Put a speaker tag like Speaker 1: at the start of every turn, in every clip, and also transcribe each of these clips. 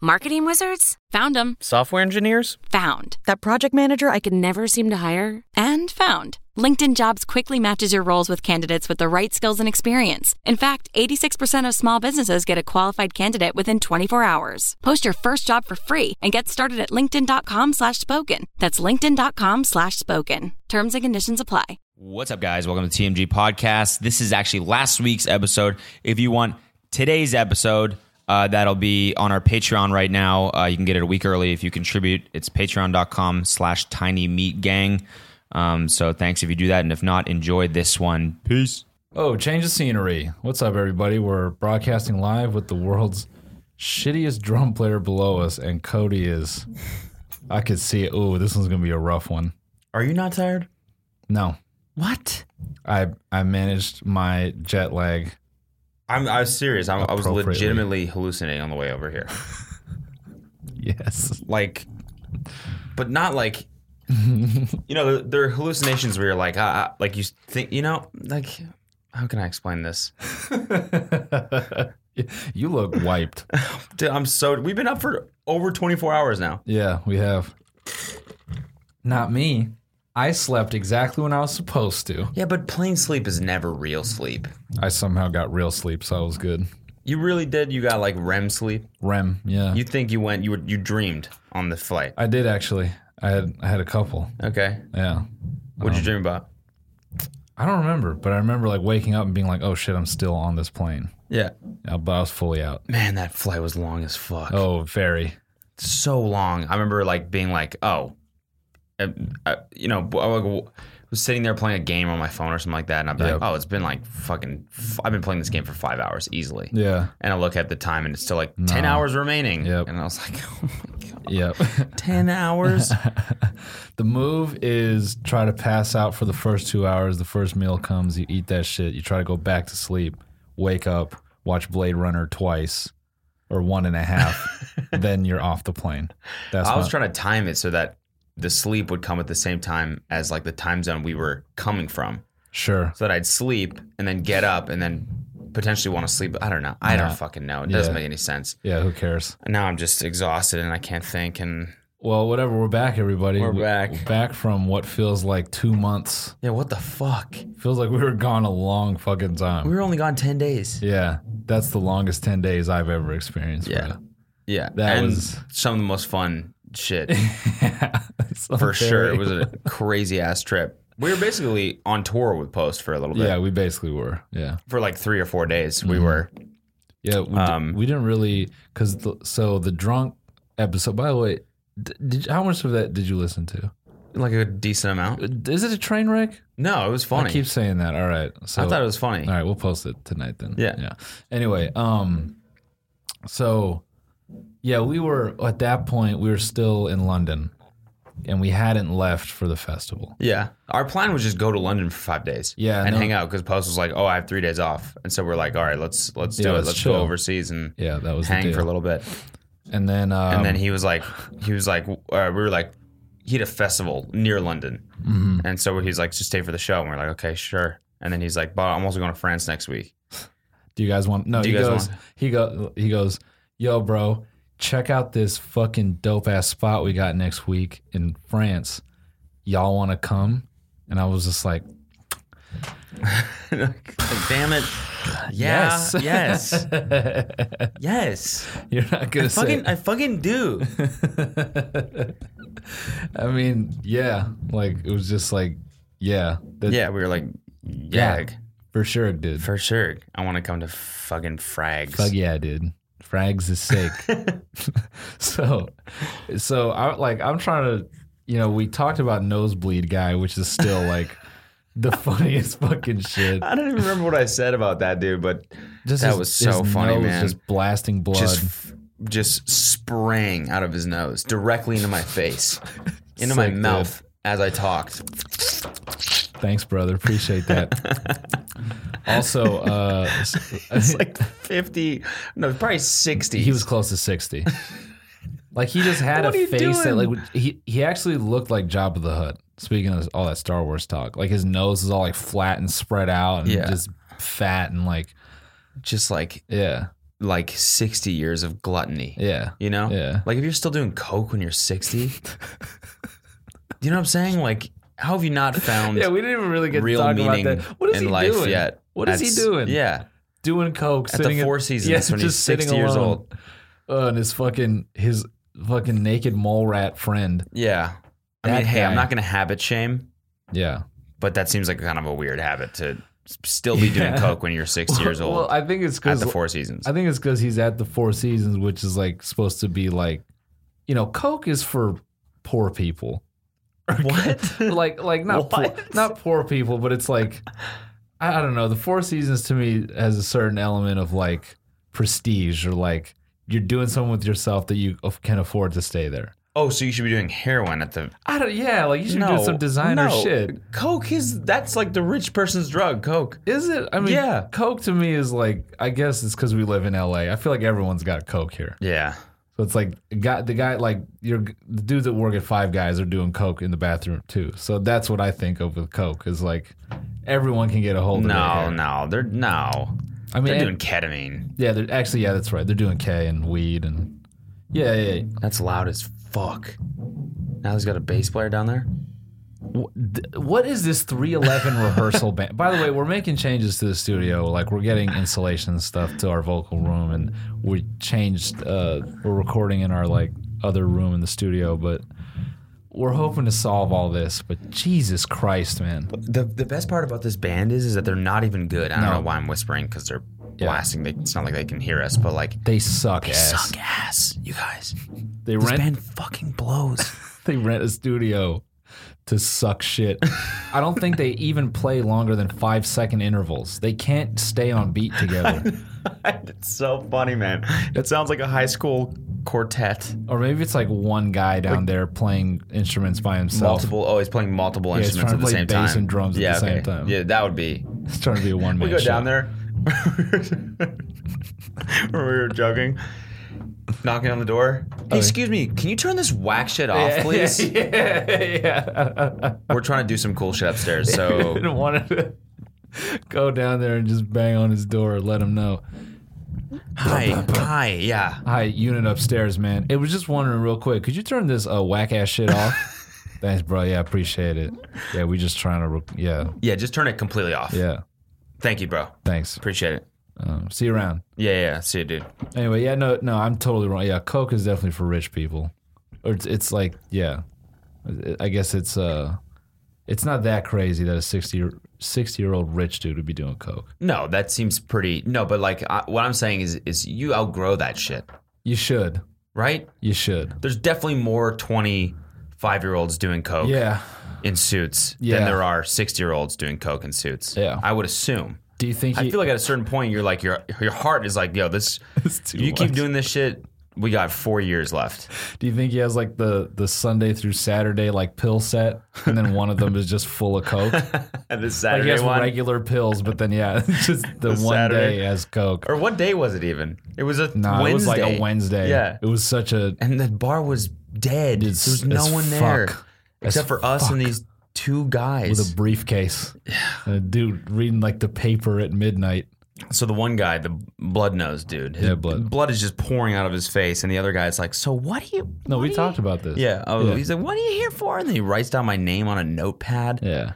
Speaker 1: Marketing wizards? Found them.
Speaker 2: Software engineers?
Speaker 1: Found.
Speaker 3: That project manager I could never seem to hire?
Speaker 1: And found. LinkedIn Jobs quickly matches your roles with candidates with the right skills and experience. In fact, 86% of small businesses get a qualified candidate within 24 hours. Post your first job for free and get started at linkedin.com slash spoken. That's linkedin.com slash spoken. Terms and conditions apply.
Speaker 4: What's up, guys? Welcome to TMG Podcast. This is actually last week's episode. If you want today's episode, uh, that'll be on our Patreon right now. Uh, you can get it a week early if you contribute. It's patreon.com slash tiny meat gang. Um, so thanks if you do that. And if not, enjoy this one. Peace.
Speaker 5: Oh, change of scenery. What's up, everybody? We're broadcasting live with the world's shittiest drum player below us, and Cody is. I could see it. Oh, this one's gonna be a rough one.
Speaker 2: Are you not tired?
Speaker 5: No,
Speaker 2: What?
Speaker 5: I I managed my jet lag.
Speaker 4: I'm, I was serious. i I was
Speaker 5: Appropriately.
Speaker 4: legitimately hallucinating on the way over here.
Speaker 5: Yes,
Speaker 4: Like, but not like, you know, there- there are hallucinations where you're like, ah, ah, like you think, you know, like, how can I explain this?
Speaker 5: you look wiped.
Speaker 4: Dude, I'm so, we've been up for over 24 hours now.
Speaker 5: yeah, we have. Not me. I slept exactly when I was supposed to.
Speaker 4: Yeah, but plain sleep is never real sleep.
Speaker 5: I somehow got real sleep, so I was good.
Speaker 4: You really did. You got like REM sleep.
Speaker 5: REM. Yeah,
Speaker 4: You think you went, you were, you dreamed on the flight.
Speaker 5: I did actually. I had I had a couple.
Speaker 4: Okay.
Speaker 5: Yeah.
Speaker 4: What'd you dream about?
Speaker 5: I don't remember, but I remember like waking up and being like, "Oh shit, I'm still on this plane."
Speaker 4: Yeah.
Speaker 5: Yeah, But I was fully out.
Speaker 4: Man, that flight was long as fuck.
Speaker 5: Oh, very.
Speaker 4: So long. I remember like being like, oh, I, I, you know, I like, was sitting there playing a game on my phone or something like that. And I'd be
Speaker 5: Yep.
Speaker 4: like, oh, it's been like fucking, f- I've been playing this game for five hours easily.
Speaker 5: Yeah.
Speaker 4: And I look at the time and it's still like 10 hours remaining.
Speaker 5: Yep.
Speaker 4: And I was like, oh my God.
Speaker 5: Yep.
Speaker 4: 10 hours?
Speaker 5: the move is try to pass out for the first two hours. The first meal comes, you eat that shit. You try to go back to sleep, wake up, watch Blade Runner twice, or one and a half. then you're off the plane. That's
Speaker 4: I was
Speaker 5: my-
Speaker 4: trying to time it so that the sleep would come at the same time as like the time zone we were coming from,
Speaker 5: sure.
Speaker 4: so that I'd sleep and then get up and then potentially want to sleep. I don't know. I
Speaker 5: Yeah.
Speaker 4: don't fucking know. It doesn't
Speaker 5: Yeah.
Speaker 4: make any sense.
Speaker 5: Yeah. Who cares?
Speaker 4: And Now I'm just exhausted and I can't think. And
Speaker 5: Well, whatever. We're back, everybody.
Speaker 4: We're
Speaker 5: We-
Speaker 4: back.
Speaker 5: Back from what feels like two months.
Speaker 4: yeah, what the fuck?
Speaker 5: Feels like we were gone a long fucking time.
Speaker 4: We were only gone ten days.
Speaker 5: Yeah, that's the longest ten days I've ever experienced.
Speaker 4: Yeah.
Speaker 5: bro.
Speaker 4: Yeah,
Speaker 5: That
Speaker 4: and
Speaker 5: was-
Speaker 4: some of the most fun shit
Speaker 5: It's not
Speaker 4: for sure.
Speaker 5: very-
Speaker 4: It was a crazy ass trip. We were basically on tour with Post for a little bit.
Speaker 5: yeah, Mm-hmm. we basically were. Yeah,
Speaker 4: For like three or four days, we were.
Speaker 5: yeah. We,
Speaker 4: Um,
Speaker 5: di- we didn't really because so the drunk episode. By the way, d- did, how much of that did you listen to?
Speaker 4: Like a decent amount.
Speaker 5: Is it a train wreck?
Speaker 4: No, it was funny.
Speaker 5: I keep saying that. All right, so
Speaker 4: I thought it was funny.
Speaker 5: All right, we'll post it tonight then.
Speaker 4: Yeah.
Speaker 5: Yeah. Anyway, um so yeah, we were at that point we were still in London and we hadn't left for the festival.
Speaker 4: Yeah. Our plan was just go to London for five days.
Speaker 5: Yeah,
Speaker 4: And
Speaker 5: no.
Speaker 4: hang out because Post was like, "Oh, I have three days off," and so we're like, "All right, let's let's do
Speaker 5: Yeah,
Speaker 4: it.
Speaker 5: let's
Speaker 4: Let's,
Speaker 5: chill.
Speaker 4: go overseas and
Speaker 5: Yeah, that was the
Speaker 4: hang
Speaker 5: deal.
Speaker 4: for a little bit."
Speaker 5: And then um,
Speaker 4: and then he was like, he was like, uh, we were like, he had a festival near London, and so he's like, just stay for the show. And we're like, okay, sure. And then he's like, but I'm also going to France next week.
Speaker 5: Do you guys want? No,
Speaker 4: Do
Speaker 5: he
Speaker 4: you guys
Speaker 5: goes.
Speaker 4: want-
Speaker 5: He go. He goes. Yo, bro, check out this fucking dope ass spot we got next week in France. Y'all want to come? And I was just like,
Speaker 4: Like, Damn it!
Speaker 5: Yes.
Speaker 4: yes, yes, yes.
Speaker 5: "You're not gonna say."
Speaker 4: Fucking, I fucking do.
Speaker 5: I mean, yeah, like it was just like, yeah, that,
Speaker 4: yeah, we were like,
Speaker 5: yeah,
Speaker 4: yeah,
Speaker 5: for sure, it did.
Speaker 4: for sure. I want to come to fucking Frags.
Speaker 5: Fuck yeah, dude. Frags is sick. so, so I like I'm trying to, you know, we talked about nosebleed guy, which is still like the funniest fucking shit.
Speaker 4: I don't even remember what I said about that dude, but
Speaker 5: Just
Speaker 4: That
Speaker 5: his-
Speaker 4: was so
Speaker 5: his
Speaker 4: funny,
Speaker 5: nose
Speaker 4: man.
Speaker 5: Just blasting blood.
Speaker 4: just f- just sprang out of his nose directly into my face, into my
Speaker 5: Sick, dude.
Speaker 4: mouth as I talked.
Speaker 5: Thanks, brother. Appreciate that. also, uh,
Speaker 4: It's like fifty, no, probably sixty.
Speaker 5: he was close to sixty. Like he just had
Speaker 4: What are
Speaker 5: a
Speaker 4: you
Speaker 5: face that
Speaker 4: doing?
Speaker 5: like he he actually looked like Job of the Hutt. Speaking of all that Star Wars talk, like his nose is all like flat and spread out and
Speaker 4: Yeah.
Speaker 5: just fat and like
Speaker 4: Just like
Speaker 5: yeah,
Speaker 4: like sixty years of gluttony.
Speaker 5: yeah,
Speaker 4: You know?
Speaker 5: Yeah.
Speaker 4: Like if you're still doing coke when you're 60, you know what I'm saying? Like how have you not found
Speaker 5: yeah. We didn't even really get
Speaker 4: real
Speaker 5: to talk about
Speaker 4: meaning
Speaker 5: that. What is
Speaker 4: in
Speaker 5: he
Speaker 4: life
Speaker 5: doing?
Speaker 4: yet?
Speaker 5: What is he
Speaker 4: That's-
Speaker 5: doing?
Speaker 4: Yeah.
Speaker 5: doing coke
Speaker 4: At the
Speaker 5: sitting
Speaker 4: Four Seasons when he's
Speaker 5: just sitting
Speaker 4: 60 years
Speaker 5: alone.
Speaker 4: old.
Speaker 5: Uh, and his fucking his fucking naked mole rat friend.
Speaker 4: Yeah. I
Speaker 5: That
Speaker 4: mean, hey, I'm
Speaker 5: guy.
Speaker 4: not going to habit shame,
Speaker 5: Yeah.
Speaker 4: but that seems like kind of a weird habit to s- still be doing
Speaker 5: Yeah.
Speaker 4: coke when you're 60 years old
Speaker 5: Well, I think it's
Speaker 4: at
Speaker 5: because
Speaker 4: the Four Seasons.
Speaker 5: I think it's because he's at the Four Seasons, which is like supposed to be like, you know, Coke is for poor people.
Speaker 4: what?
Speaker 5: Like, like not poor,
Speaker 4: What?
Speaker 5: not poor people, but it's like, I I don't know. The Four Seasons to me has a certain element of like prestige or like you're doing something with yourself that you of- can afford to stay there.
Speaker 4: oh, so you should be doing heroin at the
Speaker 5: I don't. Yeah, like you should do some designer
Speaker 4: no.
Speaker 5: shit.
Speaker 4: Coke is that's like the rich person's drug. Coke.
Speaker 5: Is it? I mean,
Speaker 4: Yeah.
Speaker 5: Coke to me is like. I guess it's because we live in LA. I feel like everyone's got Coke here.
Speaker 4: Yeah.
Speaker 5: So it's like got the guy like your the dudes that work at Five Guys are doing coke in the bathroom too. So that's what I think of with coke is like everyone can get a hold of
Speaker 4: No,
Speaker 5: it.
Speaker 4: no, they're no.
Speaker 5: I mean,
Speaker 4: They're doing ketamine.
Speaker 5: yeah, they're actually yeah, that's right. They're doing K and weed and yeah, yeah. yeah.
Speaker 4: That's loud as fuck. Now he's got a bass player down there.
Speaker 5: Wh- th- What is this 311 rehearsal band? By the way, we're making changes to the studio. Like we're getting insulation and stuff to our vocal room, and we changed. Uh, we're recording in our like other room in the studio, but we're hoping to solve all this. But Jesus Christ, man!
Speaker 4: The the best part about this band is is that they're not even good. I don't know why I'm whispering because they're blasting. They, it's not like they can hear us, but like
Speaker 5: They suck ass.
Speaker 4: suck ass, you guys.
Speaker 5: They
Speaker 4: This
Speaker 5: rent.
Speaker 4: band fucking blows.
Speaker 5: They rent a studio to suck shit. I don't think they even play longer than five second intervals. They can't stay on beat together.
Speaker 4: it's so funny, man. It sounds like a high school quartet.
Speaker 5: Or maybe it's like one guy down there playing instruments by himself.
Speaker 4: Multiple. Oh, he's playing multiple
Speaker 5: he's
Speaker 4: instruments at
Speaker 5: trying
Speaker 4: the
Speaker 5: to
Speaker 4: same
Speaker 5: play bass
Speaker 4: time.
Speaker 5: and drums at
Speaker 4: yeah,
Speaker 5: the same
Speaker 4: okay.
Speaker 5: time.
Speaker 4: Yeah, that would be.
Speaker 5: It's trying to be a one man
Speaker 4: we go
Speaker 5: show.
Speaker 4: down there when we were joking knocking on the door
Speaker 5: Oh,
Speaker 4: hey, excuse me can you turn this whack shit off please
Speaker 5: Yeah, yeah.
Speaker 4: we're trying to do some cool shit upstairs
Speaker 5: I
Speaker 4: so
Speaker 5: didn't want to go down there and just bang on his door and let him know.
Speaker 4: hi hi yeah
Speaker 5: Hi, unit upstairs, man. It was just wondering real quick, could you turn this uh, whack ass shit off? Thanks, bro. Yeah, I appreciate it. Yeah, we just trying to. Re- yeah,
Speaker 4: yeah just turn it completely off
Speaker 5: yeah.
Speaker 4: thank you bro
Speaker 5: Thanks.
Speaker 4: appreciate it
Speaker 5: Um, see you around.
Speaker 4: yeah yeah, yeah see you dude
Speaker 5: Anyway, yeah, no, no, I'm totally wrong. Yeah, Coke is definitely for rich people, or it's, it's like, yeah, I guess it's uh, it's not that crazy that a 60 year, 60 year old rich dude would be doing Coke.
Speaker 4: no that seems pretty no but like I, what i'm saying is is you outgrow that shit
Speaker 5: You should,
Speaker 4: right
Speaker 5: you should.
Speaker 4: there's definitely more 25 year olds doing coke
Speaker 5: Yeah.
Speaker 4: in suits
Speaker 5: Yeah.
Speaker 4: than there are 60 year olds doing coke in suits
Speaker 5: Yeah.
Speaker 4: i would assume
Speaker 5: Do you think?
Speaker 4: I
Speaker 5: He,
Speaker 4: feel like at a certain point, you're like your your heart is like, yo, this.
Speaker 5: too
Speaker 4: You keep
Speaker 5: much.
Speaker 4: doing this shit. We got four years left.
Speaker 5: do you think he has like the the Sunday through Saturday like pill set, and then one of them is just full of Coke?
Speaker 4: And this
Speaker 5: Like he
Speaker 4: Saturday
Speaker 5: has
Speaker 4: one,
Speaker 5: regular pills, but then yeah, just the, one
Speaker 4: Saturday.
Speaker 5: day as Coke.
Speaker 4: or what day was it even? It was a
Speaker 5: Nah,
Speaker 4: Wednesday.
Speaker 5: it was like a Wednesday.
Speaker 4: Yeah,
Speaker 5: it was such a
Speaker 4: and the bar was dead.
Speaker 5: It's-
Speaker 4: there was no
Speaker 5: as
Speaker 4: one there
Speaker 5: fuck. As
Speaker 4: except for us and these two
Speaker 5: with
Speaker 4: guys.
Speaker 5: a briefcase. Yeah. A dude reading like the paper at midnight.
Speaker 4: so the one guy, the blood nose dude, his
Speaker 5: Yeah, blood.
Speaker 4: is just pouring out of his face, and the other guy's like, "So what do you?"
Speaker 5: No,
Speaker 4: what
Speaker 5: we
Speaker 4: do you-
Speaker 5: talked about this.
Speaker 4: Yeah, oh,
Speaker 5: Yeah.
Speaker 4: he's like, "What are you here for?" And then he writes down my name on a notepad.
Speaker 5: Yeah.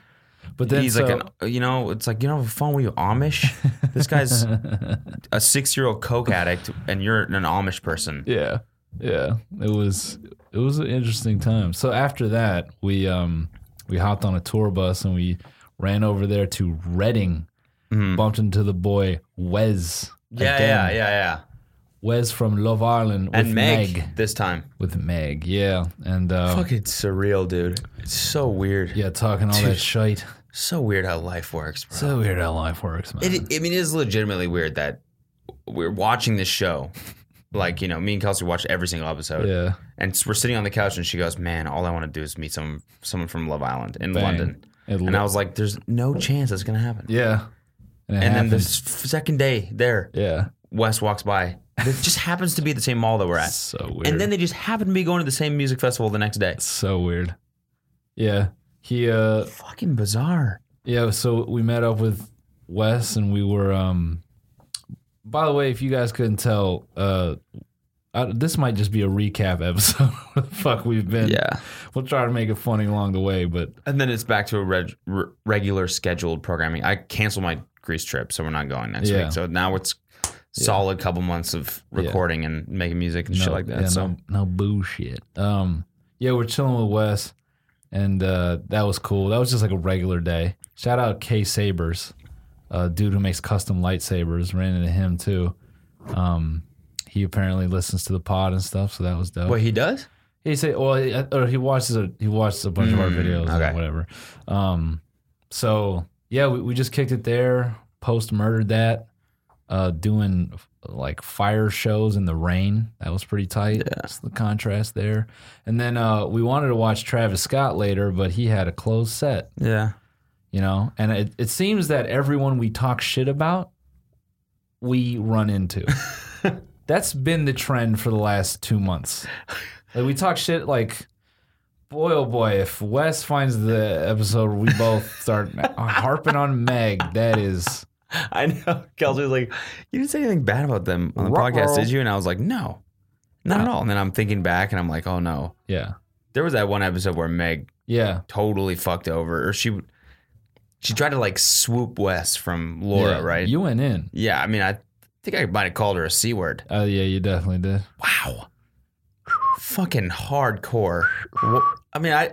Speaker 5: But then
Speaker 4: he's
Speaker 5: so-
Speaker 4: like an, you know, it's like you don't have a phone. Were you Amish? This guy's a six-year-old coke addict, and you're an Amish person.
Speaker 5: Yeah. Yeah. It was it was an interesting time. So after that, we um we hopped on a tour bus and we ran over there to Reading. Bumped into the boy Wes.
Speaker 4: Mm-hmm. Yeah,
Speaker 5: again.
Speaker 4: yeah, yeah, yeah.
Speaker 5: Wes from Love Island with
Speaker 4: And Meg, this time.
Speaker 5: With Meg, yeah. And uh
Speaker 4: Fucking surreal, dude. It's so weird.
Speaker 5: yeah, talking all that shit.
Speaker 4: So weird how life works. Bro.
Speaker 5: So weird how life works, man.
Speaker 4: It, I mean, it is legitimately weird that we're watching this show. Like you know, me and Kelsey watched every single episode,
Speaker 5: yeah.
Speaker 4: and we're sitting on the couch, and she goes, "Man, all I want to do is meet some someone from Love Island in
Speaker 5: Bang.
Speaker 4: London."
Speaker 5: It
Speaker 4: And
Speaker 5: lo-
Speaker 4: I was like, "There's no chance that's gonna happen."
Speaker 5: Yeah. And, it
Speaker 4: And then the
Speaker 5: happened.
Speaker 4: s- second day there,
Speaker 5: Yeah.
Speaker 4: Wes walks by. It just happens to be at the same mall that we're at.
Speaker 5: So weird.
Speaker 4: And then they just happen to be going to the same music festival the next day.
Speaker 5: so weird. Yeah. He uh
Speaker 6: Fucking bizarre.
Speaker 5: yeah, so we met up with Wes and we were um by the way, if you guys couldn't tell, uh I, this might just be a recap episode. Where the fuck we've been.
Speaker 4: Yeah.
Speaker 5: We'll try to make it funny along the way, but
Speaker 4: And then it's back to a reg- re- regular scheduled programming. I canceled my Greece trip, so we're not going next
Speaker 5: Yeah.
Speaker 4: week. So now it's solid couple months of recording and making music and shit like that.
Speaker 5: yeah,
Speaker 4: so
Speaker 5: no, no bullshit. Um, yeah, we're chilling with Wes, and uh, that was cool. That was just like a regular day. Shout out K Sabers, uh, dude who makes custom lightsabers. Ran into him too. Um, he apparently listens to the pod and stuff, so that was dope.
Speaker 4: what he does?
Speaker 5: He say, well, he, uh, or he watches a he watches a bunch of our videos
Speaker 4: okay.
Speaker 5: and whatever. Um, so yeah, we, we just kicked it there. Post murdered that, uh, doing like fire shows in the rain. That was pretty tight. That's the contrast there. And then uh, we wanted to watch Travis Scott later, but he had a closed set.
Speaker 4: Yeah.
Speaker 5: You know, and it, it seems that everyone we talk shit about, we run into. That's been the trend for the last two months. Like we talk shit like, boy oh boy, if Wes finds the episode where we both start harping on Meg, that is
Speaker 4: I know. Kelsey was like, You didn't say anything bad about them on the
Speaker 5: Ruh-roh.
Speaker 4: podcast, did you? And I was like, No, not at all. And then I'm thinking back and I'm like, Oh no.
Speaker 5: yeah,
Speaker 4: There was that one episode where Meg
Speaker 5: yeah,
Speaker 4: totally fucked over, or she she tried to like swoop Wes from Laura,
Speaker 5: yeah.
Speaker 4: right?
Speaker 5: You went in.
Speaker 4: yeah. I mean, I think I might have called her a c word.
Speaker 5: Oh yeah, you definitely did.
Speaker 4: Wow. Fucking hardcore. Wh- I mean, I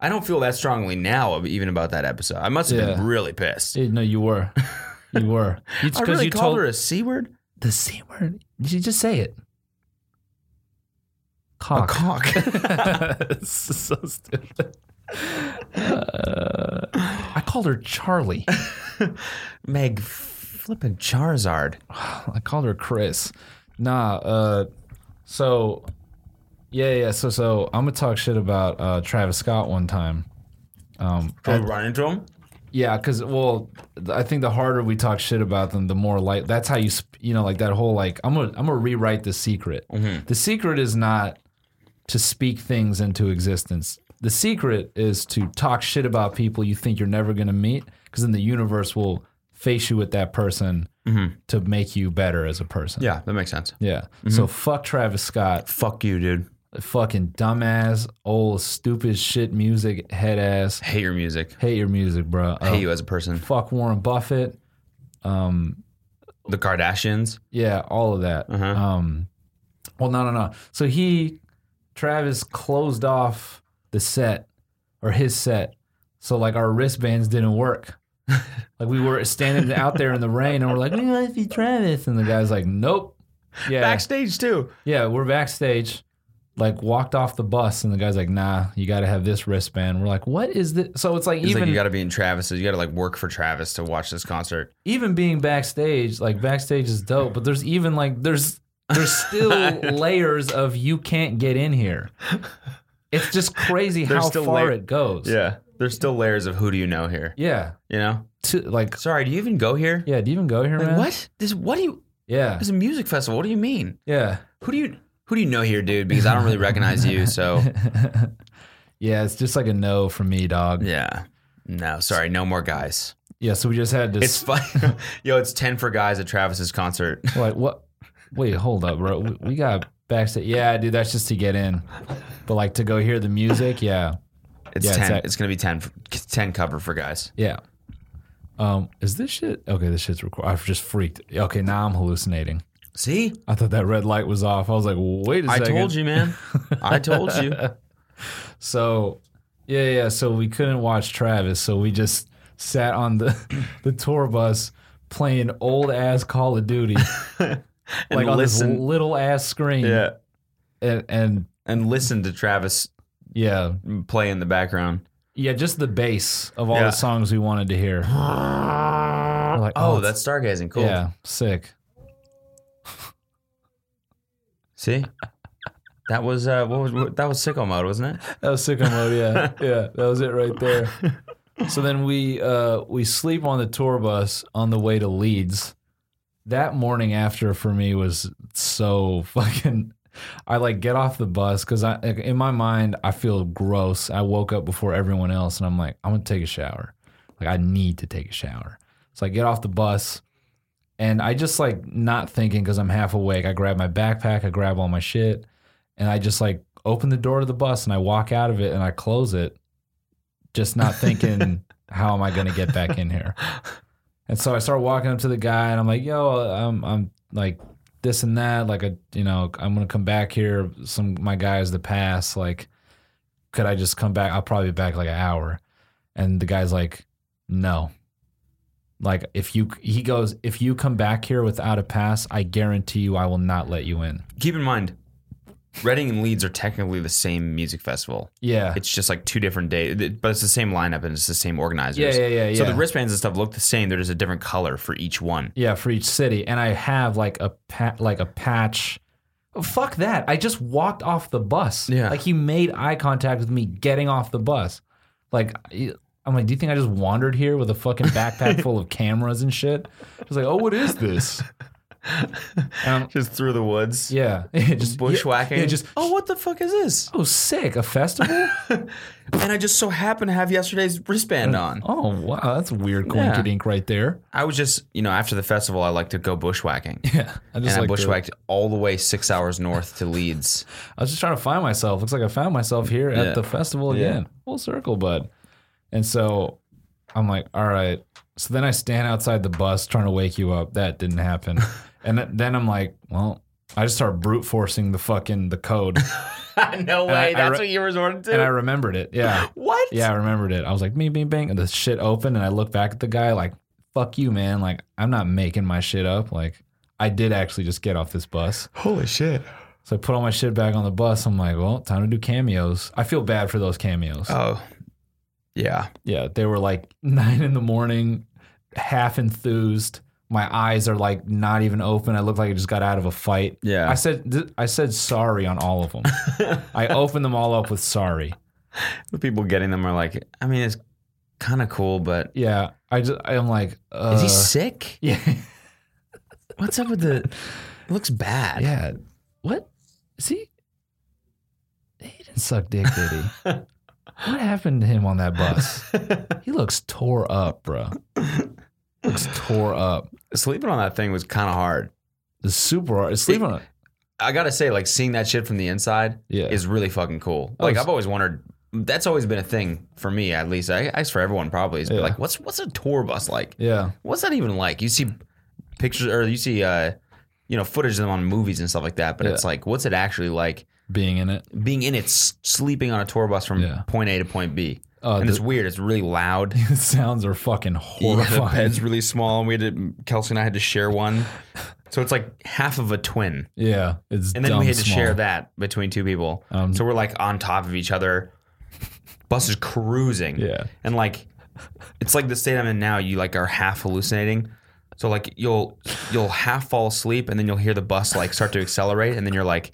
Speaker 4: I don't feel that strongly now even about that episode. I must have
Speaker 5: Yeah.
Speaker 4: been really pissed.
Speaker 5: Yeah, No, you were, you were. It's
Speaker 4: I really
Speaker 5: you
Speaker 4: called her a c word.
Speaker 5: the c word. You should just say it.
Speaker 4: A
Speaker 5: Cock.
Speaker 4: cock.
Speaker 5: it's so stupid. Uh, I called her Charlie.
Speaker 4: Meg flipping Charizard.
Speaker 5: I called her Chris. Nah, uh, so yeah, yeah. So, so I'm gonna talk shit about uh, Travis Scott one time. Um,
Speaker 4: Did I run into him?
Speaker 5: Yeah, because well, th- I think the harder we talk shit about them, the more like that's how you sp- you know like that whole like I'm gonna I'm gonna rewrite the secret.
Speaker 4: Mm-hmm.
Speaker 5: The secret is not to speak things into existence. The secret is to talk shit about people you think you're never gonna meet, because then the universe will face you with that person to make you better as a person.
Speaker 4: Mm-hmm. Yeah, Mm-hmm. that makes sense.
Speaker 5: Yeah. So fuck Travis Scott,
Speaker 4: Fuck you, dude.
Speaker 5: fucking dumbass, old stupid shit music head ass.
Speaker 4: Hate your music.
Speaker 5: Hate your music, bro.
Speaker 4: Hate you as a person.
Speaker 5: fuck Warren Buffett. Um,
Speaker 4: The Kardashians.
Speaker 5: Yeah, all of that. Um, well, no, no, no. So he, Travis, closed off the set or his set. So like our wristbands didn't work. like we were standing out there in the rain, and we're like, "We want to see Travis," and the guy's like, "Nope." Yeah,
Speaker 4: Backstage too.
Speaker 5: yeah, we're backstage. Like walked off the bus, and the guy's like, "Nah, you got to have this wristband." We're like, "What is this?" So it's like
Speaker 4: It's
Speaker 5: even
Speaker 4: like you got to be in Travis's. You got to like work for Travis to watch this concert.
Speaker 5: even being backstage, like backstage is dope, but there's even like there's there's still layers of you can't get in here. It's just crazy
Speaker 4: There's
Speaker 5: how
Speaker 4: still
Speaker 5: far
Speaker 4: layer-
Speaker 5: it goes.
Speaker 4: Yeah. There's still layers of who do you know here.
Speaker 5: Yeah.
Speaker 4: You know.
Speaker 5: To, like
Speaker 4: Sorry, do you even go here?
Speaker 5: yeah, do you even go here,
Speaker 4: Like,
Speaker 5: man?
Speaker 4: what? This what do you?
Speaker 5: Yeah.
Speaker 4: This is a music festival. What do you mean?
Speaker 5: Yeah.
Speaker 4: Who do you who do you know here, dude? Because I don't really recognize you. So
Speaker 5: Yeah, it's just like a no from me, dog. Yeah,
Speaker 4: yeah. No, sorry, no more guys.
Speaker 5: so we just had to
Speaker 4: It's fun. Yo, it's ten for guys at Travis's concert.
Speaker 5: like what wait, hold up, bro. We, we got backstage. Yeah, dude, that's just to get in. But like to go hear the music, yeah.
Speaker 4: It's
Speaker 5: Yeah,
Speaker 4: ten.
Speaker 5: exact-
Speaker 4: It's gonna be 10, for- 10 cover for guys.
Speaker 5: Yeah. Um, is this shit okay? This shit's recorded. I've just freaked. Okay, now I'm hallucinating.
Speaker 4: See,
Speaker 5: I thought that red light was off. I was like, wait a
Speaker 4: I
Speaker 5: second.
Speaker 4: told you, man. I told you.
Speaker 5: So, yeah, yeah. So we couldn't watch Travis. So we just sat on the the tour bus playing old ass Call of Duty, like on this
Speaker 4: listen.
Speaker 5: little ass screen. And, and
Speaker 4: and listen to Travis
Speaker 5: yeah,
Speaker 4: play in the background.
Speaker 5: yeah, just the bass of all
Speaker 4: Yeah.
Speaker 5: the songs we wanted to hear. We're like,
Speaker 4: Oh, that's
Speaker 5: it's-
Speaker 4: stargazing. Cool.
Speaker 5: yeah, sick.
Speaker 4: See, that was uh, what was what, that was sicko mode, wasn't it?
Speaker 5: That was sicko mode, yeah. yeah, that was it right there. So then we uh, we sleep on the tour bus on the way to Leeds. That morning after for me was so fucking I like get off the bus because I like, in my mind I feel gross. I woke up before everyone else and I'm like, I'm gonna take a shower. Like I need to take a shower. So I get off the bus and I just like not thinking because I'm half awake. I grab my backpack, I grab all my shit, and I just like open the door to the bus and I walk out of it and I close it, just not thinking how am I gonna get back in here. And so I start walking up to the guy and I'm like, yo, I'm I'm like this and that, like a you know, I'm gonna come back here. Some my guy is the pass, like could I just come back? I'll probably be back like an hour. And the guy's like, No. Like if you he goes, if you come back here without a pass, I guarantee you I will not let you in.
Speaker 4: Keep in mind, Reading and Leeds are technically the same music festival.
Speaker 5: Yeah.
Speaker 4: It's just like two different days, but it's the same lineup and it's the same organizers.
Speaker 5: Yeah, yeah, yeah,
Speaker 4: So
Speaker 5: yeah.
Speaker 4: the wristbands and stuff look the same. They're just a different color for each one.
Speaker 5: Yeah, for each city, and I have like a pa- like a patch. Oh, Fuck that! I just walked off the bus.
Speaker 4: Yeah.
Speaker 5: like he made eye contact with me getting off the bus. Like I'm like, do you think I just wandered here with a fucking backpack full of cameras and shit? I was like, oh, what is this? And I'm-
Speaker 4: Just through the woods.
Speaker 5: yeah, just
Speaker 4: Bushwhacking.
Speaker 5: Yeah, just
Speaker 4: oh, what the fuck is this?
Speaker 5: oh, sick! A festival?
Speaker 4: And I just so happen to have yesterday's wristband on.
Speaker 5: oh wow, that's a weird
Speaker 4: Yeah.
Speaker 5: coinkydink right there.
Speaker 4: I was just, you know, after the festival, I like to go bushwhacking.
Speaker 5: Yeah, I
Speaker 4: and I
Speaker 5: like to-
Speaker 4: bushwhacked all the way six hours north to Leeds.
Speaker 5: I was just trying to find myself. Looks like I found myself here
Speaker 4: Yeah.
Speaker 5: at the festival
Speaker 4: Yeah.
Speaker 5: again. Full circle, bud. And so I'm like, all right. So then I stand outside the bus trying to wake you up. That didn't happen. and th- then I'm like, well, I just start brute forcing the fucking the code.
Speaker 4: no
Speaker 5: I- I re-
Speaker 4: you resorted
Speaker 5: and I remembered it. Yeah.
Speaker 4: what?
Speaker 5: Yeah, I remembered it. I was like, bing, bing, bing. And the shit opened and I look back at the guy like, fuck you, man. Like, I'm not making my shit up. Like, I did actually just get off this bus.
Speaker 4: Holy shit.
Speaker 5: So I put all my shit back on the bus. I'm like, well, time to do cameos. I feel bad for those cameos.
Speaker 4: Oh, yeah.
Speaker 5: Yeah, they were like nine in the morning, half enthused. My eyes are like not even open. I look like I just got out of a fight.
Speaker 4: Yeah.
Speaker 5: I said th- I said sorry on all of them. I opened them all up with sorry.
Speaker 4: The people getting them are like, I mean, it's kind of cool, but
Speaker 5: Yeah, I just I'm like, uh,
Speaker 4: is he sick?
Speaker 5: yeah,
Speaker 4: What's up with the? It looks bad.
Speaker 5: yeah. What is he? He didn't suck dick, did he? what happened to him on that bus? He looks tore up, bro. looks tore up.
Speaker 4: Sleeping on that thing was kind of hard.
Speaker 5: The super is sleeping. on-
Speaker 4: I gotta say, like seeing that shit from the inside
Speaker 5: Yeah.
Speaker 4: is really fucking cool. Like
Speaker 5: was-
Speaker 4: I've always wondered. That's always been a thing for me, at least. I guess for everyone probably. Is
Speaker 5: Yeah.
Speaker 4: Like, what's what's a tour bus like?
Speaker 5: Yeah.
Speaker 4: What's that even like? You see pictures or you see, uh, you know, footage of them on movies and stuff like that. But it's like, what's it actually like
Speaker 5: being in it.
Speaker 4: being in it, s- sleeping on a tour bus from
Speaker 5: Yeah.
Speaker 4: point A to point B?
Speaker 5: Uh,
Speaker 4: and
Speaker 5: the-
Speaker 4: it's weird. It's really loud.
Speaker 5: The sounds are fucking
Speaker 4: the
Speaker 5: horrifying.
Speaker 4: bed's really small, and we had to, Kelsey and I had to share one. So it's like half of a twin.
Speaker 5: Yeah, it's
Speaker 4: And then
Speaker 5: dumb
Speaker 4: we had to
Speaker 5: small. Um,
Speaker 4: share that between two people. so we're like on top of each other. Bus is cruising.
Speaker 5: Yeah.
Speaker 4: And like it's like the state I'm in now, you like are half hallucinating. So like you'll you'll half fall asleep and then you'll hear the bus like start to accelerate and then you're like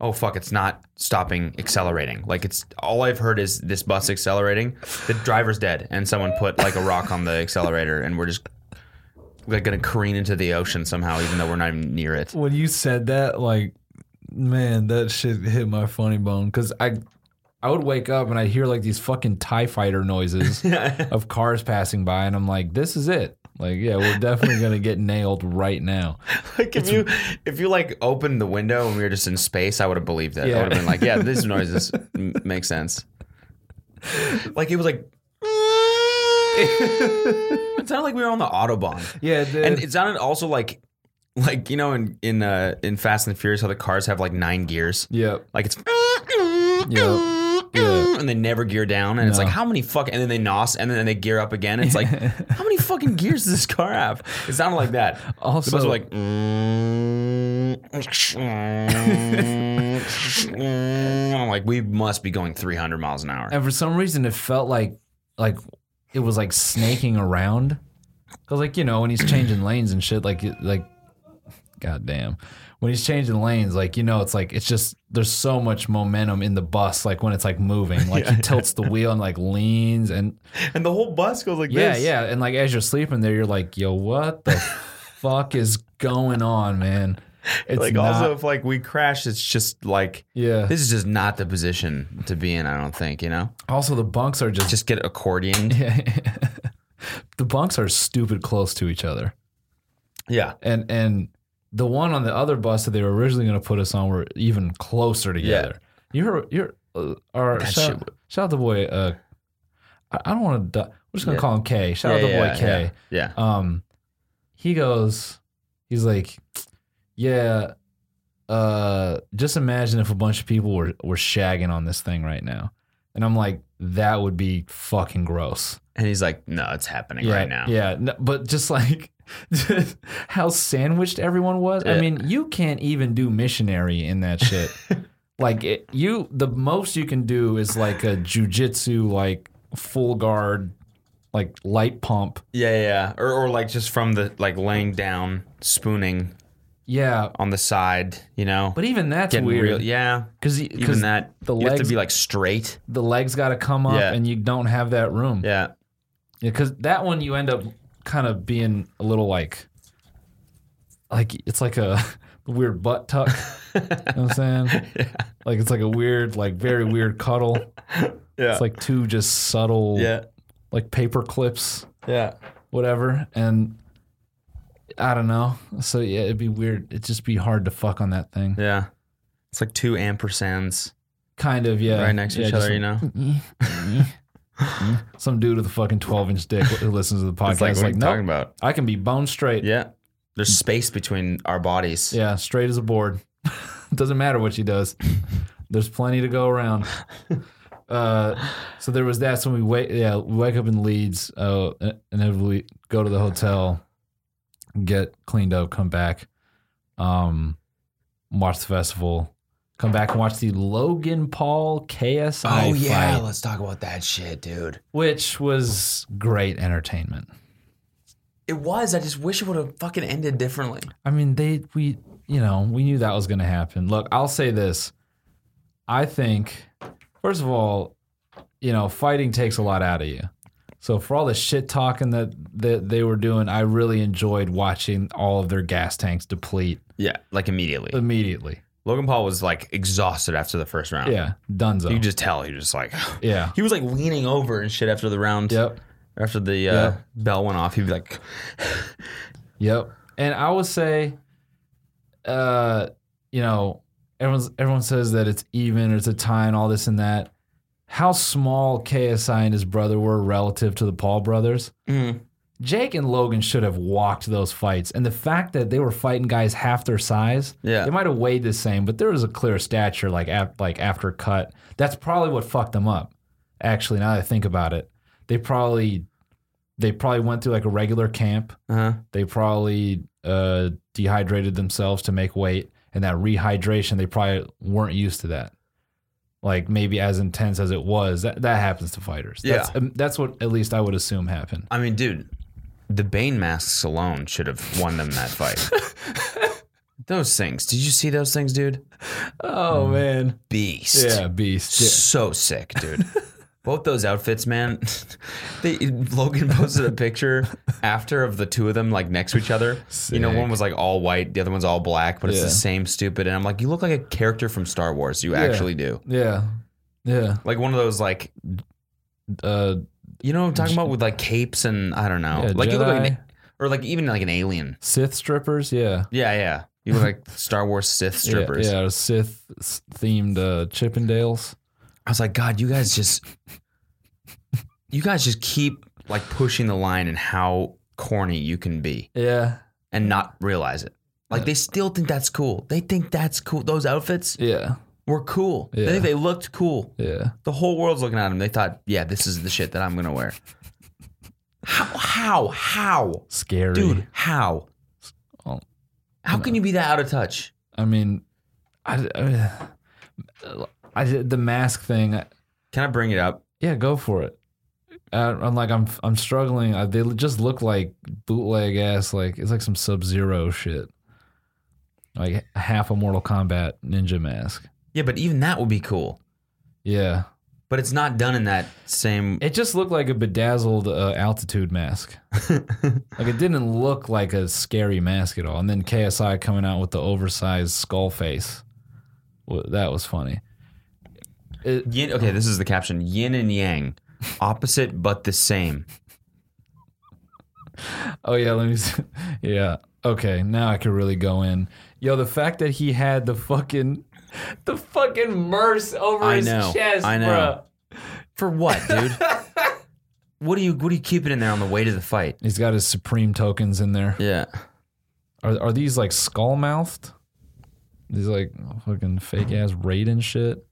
Speaker 4: Oh fuck! It's not stopping accelerating. Like it's all I've heard is this bus accelerating. The driver's dead, and someone put like a rock on the accelerator, and we're just like gonna careen into the ocean somehow, even though we're not even near it.
Speaker 5: When you said that, like, man, that shit hit my funny bone because I, I would wake up and I'd hear like these fucking Tie Fighter noises of cars passing by, and I'm like, this is it. Like, yeah, we're definitely gonna get nailed right now.
Speaker 4: Like if you if you like opened the window and we were just in space, I would have believed that. I
Speaker 5: Yeah.
Speaker 4: would have been like, yeah, this noises m- make sense. Like it was like it sounded like we were on the autobahn.
Speaker 5: Yeah,
Speaker 4: and it sounded also like like you know in in uh in Fast and Furious how the cars have like nine gears.
Speaker 5: yep,
Speaker 4: Like it's
Speaker 5: yep. Yeah.
Speaker 4: and they never gear down and it's
Speaker 5: No.
Speaker 4: like how many fuck and then they nos and then they gear up again. It's like how many fucking gears does this car have? It sounded like that.
Speaker 5: Also-
Speaker 4: the bus was like mm, I'm like we must be going 300 miles an hour.
Speaker 5: And for some reason, it felt like like it was like snaking around. Cause like you know when he's changing lanes and shit, like it- like, goddamn, when he's changing lanes, like you know it's like it's just there's so much momentum in the bus. Like when it's like moving, like he tilts the wheel and like leans and
Speaker 4: And the whole bus goes like
Speaker 5: yeah, yeah, and like as you're sleeping there, you're like, yo, what the fuck is going on, man? It's
Speaker 4: like
Speaker 5: not,
Speaker 4: also if like we crash, it's just like
Speaker 5: Yeah.
Speaker 4: This is just not the position to be in. I don't think you know.
Speaker 5: also the bunks are just,
Speaker 4: Just get accordioned. Yeah.
Speaker 5: the bunks are stupid close to each other.
Speaker 4: Yeah.
Speaker 5: And and the one on the other bus that they were originally going to put us on were even closer together. You're you're uh, our
Speaker 4: That
Speaker 5: shout,
Speaker 4: shit wa-
Speaker 5: shout out the boy. Uh, I, I don't want to. We're just going to
Speaker 4: Yeah.
Speaker 5: call him K. Shout out the boy K.
Speaker 4: yeah, yeah.
Speaker 5: um he goes he's like yeah uh just imagine if a bunch of people were were shagging on this thing right now and i'm like that would be fucking gross
Speaker 4: And he's like, no, it's happening
Speaker 5: yeah
Speaker 4: right now.
Speaker 5: yeah no, but just like just how sandwiched everyone was i
Speaker 4: Yeah.
Speaker 5: mean you can't even do missionary in that shit like it, you the most you can do is like a jujitsu like full guard like light pump
Speaker 4: Yeah, yeah. Or, or like just from the like laying down, spooning
Speaker 5: yeah
Speaker 4: on the side, you know.
Speaker 5: But even that's
Speaker 4: Getting
Speaker 5: weird.
Speaker 4: real- yeah.
Speaker 5: Because
Speaker 4: Even that,
Speaker 5: the
Speaker 4: you have to
Speaker 5: legs-
Speaker 4: be like straight.
Speaker 5: the legs got to come up,
Speaker 4: Yeah.
Speaker 5: and you don't have that room.
Speaker 4: Yeah.
Speaker 5: Because that one, you end up kind of being a little like, like it's like a weird butt tuck. you know what I'm saying? Like it's like a weird, like very weird cuddle.
Speaker 4: Yeah.
Speaker 5: It's like two just subtle, like paper clips,
Speaker 4: Yeah.
Speaker 5: whatever. And I don't know. So yeah, it'd be weird. It'd just be hard to fuck on that thing.
Speaker 4: Yeah. It's like two ampersands
Speaker 5: Kind of, yeah.
Speaker 4: right next to
Speaker 5: Yeah,
Speaker 4: each
Speaker 5: just
Speaker 4: other, you know?
Speaker 5: Some dude with a fucking 12 inch dick who listens to the podcast.
Speaker 4: It's like, what are you
Speaker 5: "Nope,
Speaker 4: talking about?
Speaker 5: I can be bone straight.
Speaker 4: Yeah. There's space between our bodies.
Speaker 5: Yeah, straight as a board. Doesn't matter what she does. There's plenty to go around. Uh, so there was that. So we wake, yeah, we wake up in Leeds, uh, inevitably go to the hotel, get cleaned up, come back, um, watch the festival, come back and watch the Logan Paul KSI fight,
Speaker 4: Oh, let's talk about that shit, dude.
Speaker 5: which was great entertainment.
Speaker 4: It was. I just wish it would have fucking ended differently.
Speaker 5: I mean, they we you know we knew that was going to happen. Look, I'll say this: I think, first of all, you know, fighting takes a lot out of you. So for all the shit talking that that they were doing, I really enjoyed watching all of their gas tanks deplete
Speaker 4: Yeah, like immediately.
Speaker 5: Um, immediately.
Speaker 4: Logan Paul was like exhausted after the first round.
Speaker 5: Yeah,
Speaker 4: You
Speaker 5: Dunzo.
Speaker 4: could just tell. He was just like,
Speaker 5: yeah.
Speaker 4: he was like leaning over and shit after the round.
Speaker 5: Yep.
Speaker 4: After the uh,
Speaker 5: Yeah.
Speaker 4: bell went off, he'd be like,
Speaker 5: Yep. And I would say, uh, you know, everyone's everyone says that it's even or it's a tie and all this and that. How small KSI and his brother were relative to the Paul brothers. Jake and Logan should have walked those fights. And the fact that they were fighting guys half their size,
Speaker 4: Yeah.
Speaker 5: they might have weighed the same, but there was a clear stature like af- like after cut. That's probably what fucked them up. Actually, now that I think about it, they probably they probably went through like a regular camp
Speaker 4: uh-huh.
Speaker 5: they probably uh, dehydrated themselves to make weight and that rehydration they probably weren't used to that like maybe as intense as it was that, that happens to fighters that's,
Speaker 4: Yeah.
Speaker 5: um, that's what at least i would assume happened
Speaker 4: I mean, dude, the Bane masks alone should have won them that fight. those things. Did you see those things, dude?
Speaker 5: oh man
Speaker 4: Beast.
Speaker 5: yeah beast Yeah.
Speaker 4: So sick, dude. Both those outfits, man. They, Logan posted a picture after of the two of them like next to each other. You know, one was like all white, the other one's all black, but it's
Speaker 5: Yeah.
Speaker 4: the same stupid. And I'm like, you look like a character from Star Wars. You actually do.
Speaker 5: yeah yeah
Speaker 4: Like one of those like
Speaker 5: uh,
Speaker 4: you know what I'm talking about with like capes and I don't know.
Speaker 5: Yeah,
Speaker 4: like you look like an,
Speaker 5: Jedi.
Speaker 4: or like even like an alien.
Speaker 5: sith strippers yeah
Speaker 4: Yeah, yeah. You look like Star Wars Sith
Speaker 5: Yeah,
Speaker 4: strippers.
Speaker 5: yeah, sith themed uh, chippendales
Speaker 4: I was like, God, you guys just you guys just keep like pushing the line and how corny you can be
Speaker 5: yeah
Speaker 4: and not realize it. Like they still think that's cool. They think that's cool. Those outfits
Speaker 5: yeah
Speaker 4: were cool.
Speaker 5: Yeah.
Speaker 4: They think they looked cool.
Speaker 5: yeah
Speaker 4: The whole world's looking at them. They thought, yeah, this is the shit that I'm gonna wear. How how how?
Speaker 5: scary
Speaker 4: Dude, how?
Speaker 5: Oh,
Speaker 4: How can you be that out of touch?
Speaker 5: i mean i, I, I the mask thing
Speaker 4: Can I bring it up?
Speaker 5: Yeah, go for it. Uh, I'm like I'm I'm struggling. Uh, they just look like bootleg ass. Like it's like some Sub Zero shit. Like half a Mortal Kombat ninja mask.
Speaker 4: Yeah, but even that would be cool.
Speaker 5: Yeah,
Speaker 4: but it's not done in that same.
Speaker 5: It just looked like a bedazzled uh, altitude mask. like it didn't look like a scary mask at all. And then KSI coming out with the oversized skull face. Well, that was funny.
Speaker 4: Yin, okay, this is the caption: Yin and Yang, opposite but the same.
Speaker 5: Oh yeah, let me. See. Yeah. Okay, now I can really go in. Yo, the fact that he had the fucking, the fucking merce over
Speaker 4: I
Speaker 5: his
Speaker 4: know,
Speaker 5: chest,
Speaker 4: I know.
Speaker 5: bruh.
Speaker 4: For what, dude? what do you what do you keep it in there on the way to the fight?
Speaker 5: He's got his supreme tokens in there.
Speaker 4: Yeah.
Speaker 5: Are are these like skull mouthed? These like fucking fake ass Raiden shit,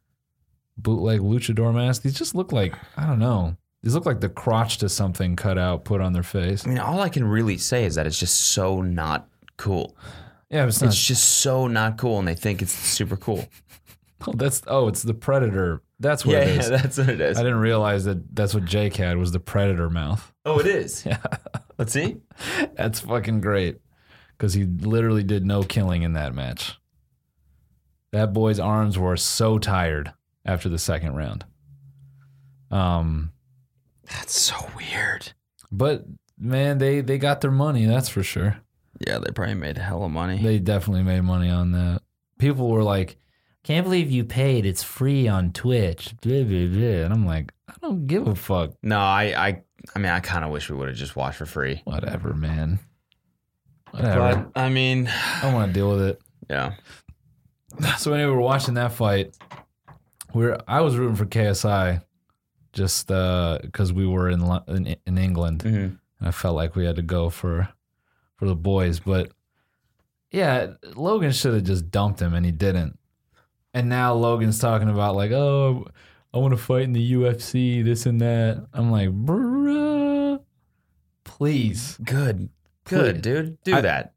Speaker 5: bootleg luchador masks. These just look like I don't know. These look like the crotch to something cut out, put on their face.
Speaker 4: I mean, all I can really say is that it's just so not cool.
Speaker 5: Yeah, but it's not.
Speaker 4: It's just so not cool, and they think it's super cool.
Speaker 5: oh, that's oh, it's the predator. That's what it is.
Speaker 4: that's what it is.
Speaker 5: I didn't realize that that's what Jake had was the predator mouth.
Speaker 4: Oh, it is. Yeah. Let's see.
Speaker 5: That's fucking great. Because he literally did no killing in that match. That boy's arms were so tired after the second round. Um,
Speaker 4: That's so weird.
Speaker 5: but man, they they got their money. That's for sure.
Speaker 4: Yeah, they probably made a hell of money.
Speaker 5: They definitely made money on that. People were like, "Can't believe you paid. It's free on Twitch." Blah, blah, blah. And I'm like, I don't give a fuck.
Speaker 4: no, I, I, I mean, I kind of wish we would have just watched for free.
Speaker 5: Whatever, man. Whatever.
Speaker 4: I mean,
Speaker 5: I don't want to deal with it.
Speaker 4: yeah,
Speaker 5: So anyway, we're watching that fight. We're I was rooting for KSI, just because we were in Lo- in, in England,
Speaker 4: Mhm.
Speaker 5: and I felt like we had to go for for the boys. But yeah, Logan should have just dumped him, and he didn't. And now Logan's talking about like, oh, I want to fight in the UFC, this and that. I'm like, bruh, please.
Speaker 4: good,
Speaker 5: Please.
Speaker 4: good, dude. Do
Speaker 5: I-
Speaker 4: that.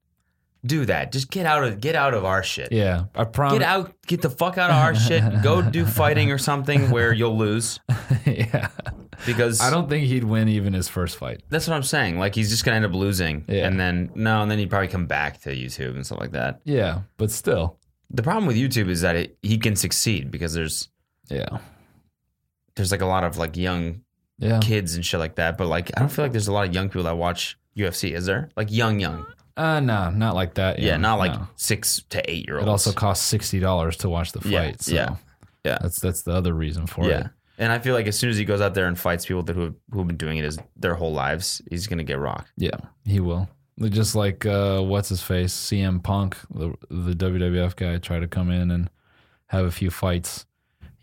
Speaker 4: Do that. Just get out of get out of our shit.
Speaker 5: Yeah, I promise.
Speaker 4: Get out. Get the fuck out of our shit. Go do fighting or something where you'll lose
Speaker 5: yeah,
Speaker 4: because
Speaker 5: I don't think he'd win even his first fight.
Speaker 4: That's what I'm saying. Like he's just gonna end up losing,
Speaker 5: Yeah.
Speaker 4: and then no, and then he'd probably come back to YouTube and stuff like that.
Speaker 5: Yeah, but still,
Speaker 4: The problem with YouTube is that it, he can succeed because there's
Speaker 5: yeah.
Speaker 4: there's like a lot of like young
Speaker 5: Yeah.
Speaker 4: kids and shit like that. But like I don't feel like there's a lot of young people that watch UFC. Is there? Like young, young.
Speaker 5: Uh no, not like that.
Speaker 4: Yeah, not like
Speaker 5: no.
Speaker 4: six to eight year olds.
Speaker 5: it also costs sixty dollars to watch the fight.
Speaker 4: Yeah,
Speaker 5: so
Speaker 4: yeah, yeah.
Speaker 5: That's that's the other reason for
Speaker 4: yeah.
Speaker 5: it.
Speaker 4: And I feel like as soon as he goes out there and fights people that who have, who have been doing it his their whole lives, he's gonna get rocked.
Speaker 5: Yeah, he will. Just like uh, what's his face, CM Punk, the the WWF guy, tried to come in and have a few fights.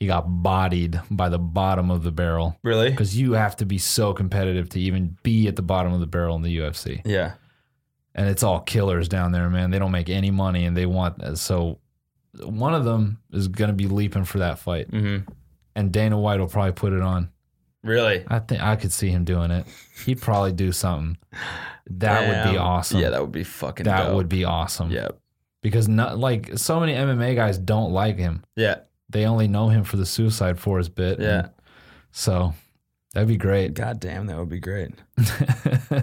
Speaker 5: He got bodied by the bottom of the barrel
Speaker 4: Really?
Speaker 5: because you have to be so competitive to even be at the bottom of the barrel in the UFC.
Speaker 4: Yeah.
Speaker 5: and it's all killers down there, man. They don't make any money, and they want so one of them is going to be leaping for that fight,
Speaker 4: hmm
Speaker 5: and Dana White will probably put it on.
Speaker 4: Really?
Speaker 5: I think I could see him doing it. He'd probably do something. That would be
Speaker 4: Damn.
Speaker 5: awesome.
Speaker 4: Yeah, that would be fucking.
Speaker 5: That
Speaker 4: dope.
Speaker 5: would be awesome.
Speaker 4: Yeah.
Speaker 5: because not like so many MMA guys don't like him.
Speaker 4: Yeah.
Speaker 5: They only know him for the Suicide Force bit. and
Speaker 4: Yeah.
Speaker 5: so that'd be great.
Speaker 4: God damn, that would be great.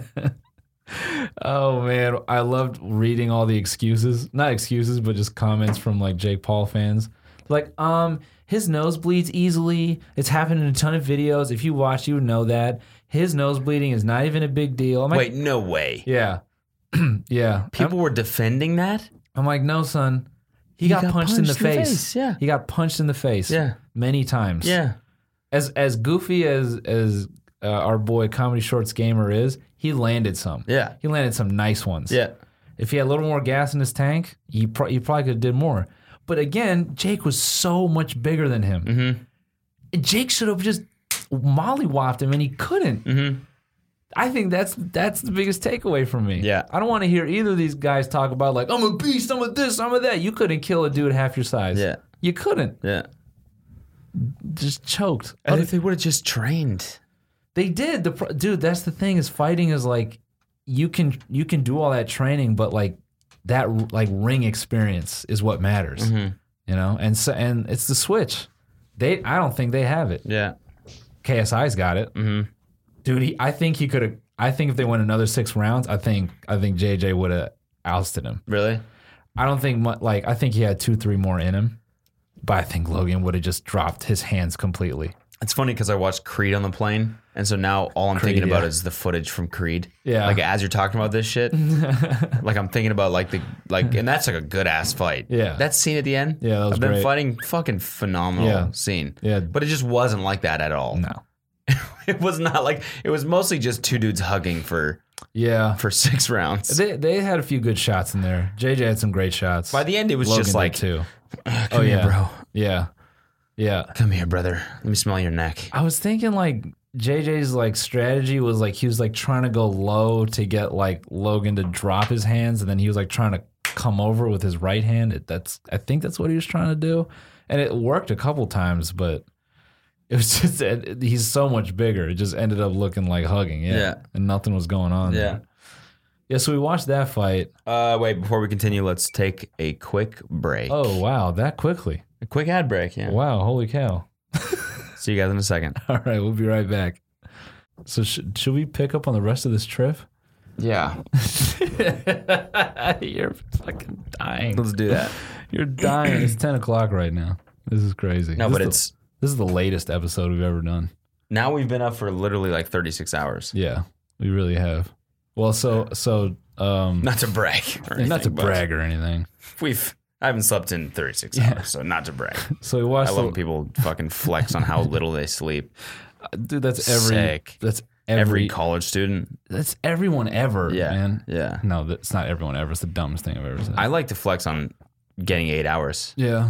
Speaker 5: oh man, I loved reading all the excuses. Not excuses, but just comments from like Jake Paul fans. Like, um, his nose bleeds easily. It's happened in a ton of videos. If you watch, you would know that. His nose bleeding is not even a big deal. I'm like,
Speaker 4: Wait, no way.
Speaker 5: Yeah. yeah. I'm-
Speaker 4: People were defending that?
Speaker 5: I'm, like, no, son. He, got, punched, in the, face.
Speaker 4: yeah.
Speaker 5: He got punched in the face.
Speaker 4: Yeah.
Speaker 5: Many times
Speaker 4: Yeah.
Speaker 5: as as goofy as as uh, our boy comedy shorts gamer is, he landed some.
Speaker 4: Yeah.
Speaker 5: he landed some nice ones.
Speaker 4: Yeah.
Speaker 5: if he had a little more gas in his tank, he pro- he probably could have did more. But again, Jake was so much bigger than him.
Speaker 4: Mm-hmm.
Speaker 5: Jake should have just mollywopped him, and he couldn't.
Speaker 4: Mm-hmm.
Speaker 5: I think that's that's the biggest takeaway from me.
Speaker 4: Yeah.
Speaker 5: I don't want to hear either of these guys talk about like I'm a beast, I'm a this, I'm a that. You couldn't kill a dude half your size.
Speaker 4: Yeah.
Speaker 5: you couldn't.
Speaker 4: Yeah.
Speaker 5: Just choked.
Speaker 4: And if they would have just trained.
Speaker 5: They did. The pro- dude, that's the thing is fighting is like you can you can do all that training, but like that like ring experience is what matters. You know, and so and it's the switch. They I don't think they have it.
Speaker 4: Yeah.
Speaker 5: KSI's got it. Mm-hmm. Dude, he, I think he could have. I think if they went another six rounds, I think I think JJ would have ousted him.
Speaker 4: Really?
Speaker 5: I don't think mu like I think he had two three more in him, but I think Logan would have just dropped his hands completely.
Speaker 4: It's funny because I watched Creed on the plane, and so now all I'm thinking about is the footage from Creed.
Speaker 5: Yeah.
Speaker 4: Like as you're talking about this shit, like I'm thinking about like the like, and that's like a good ass fight.
Speaker 5: Yeah.
Speaker 4: That scene at the end.
Speaker 5: Yeah, that was
Speaker 4: I've been
Speaker 5: great.
Speaker 4: fighting fucking phenomenal
Speaker 5: Yeah.
Speaker 4: scene.
Speaker 5: Yeah.
Speaker 4: But it just wasn't like that at all.
Speaker 5: No.
Speaker 4: It was not like it was mostly just two dudes hugging for
Speaker 5: Yeah.
Speaker 4: for six rounds.
Speaker 5: They they had a few good shots in there. JJ had some great shots.
Speaker 4: By the end, it was
Speaker 5: Logan
Speaker 4: just
Speaker 5: did
Speaker 4: like,
Speaker 5: too.
Speaker 4: come
Speaker 5: oh
Speaker 4: here,
Speaker 5: yeah,
Speaker 4: bro.
Speaker 5: Yeah, yeah.
Speaker 4: Come here, brother. Let me smell your neck.
Speaker 5: I was thinking like JJ's like strategy was like he was like trying to go low to get like Logan to drop his hands, and then he was like trying to come over with his right hand. It, that's I think that's what he was trying to do, and it worked a couple times, but it was just it, he's so much bigger. It just ended up looking like hugging, yeah,
Speaker 4: Yeah.
Speaker 5: and nothing was going on. there. yeah. So we watched that fight.
Speaker 4: Uh, wait. Before we continue, let's take a quick break.
Speaker 5: Oh wow, that quickly.
Speaker 4: A quick ad break. Yeah.
Speaker 5: Wow, holy cow.
Speaker 4: See you guys in a second.
Speaker 5: All right, we'll be right back. So sh- should we pick up on the rest of this trip?
Speaker 4: Yeah.
Speaker 5: You're fucking dying.
Speaker 4: Let's do that.
Speaker 5: You're dying. it's ten o'clock right now. This is crazy.
Speaker 4: No,
Speaker 5: This
Speaker 4: but
Speaker 5: is the-
Speaker 4: it's
Speaker 5: this is the latest episode we've ever done.
Speaker 4: now we've been up for literally like 36 hours.
Speaker 5: Yeah, we really have. Well, so so um,
Speaker 4: Not to brag. or
Speaker 5: not to
Speaker 4: anything, but
Speaker 5: brag or anything.
Speaker 4: We've I haven't slept in 36 hours, so not to brag.
Speaker 5: So we
Speaker 4: I
Speaker 5: watched.
Speaker 4: love when
Speaker 5: the,
Speaker 4: people fucking flex on how little they sleep.
Speaker 5: dude, that's every.
Speaker 4: Sick.
Speaker 5: That's every.
Speaker 4: Every college student.
Speaker 5: that's everyone ever.
Speaker 4: Yeah.
Speaker 5: man.
Speaker 4: Yeah.
Speaker 5: No, that's not everyone ever. It's the dumbest thing I've ever said.
Speaker 4: I like to flex on getting eight hours.
Speaker 5: yeah,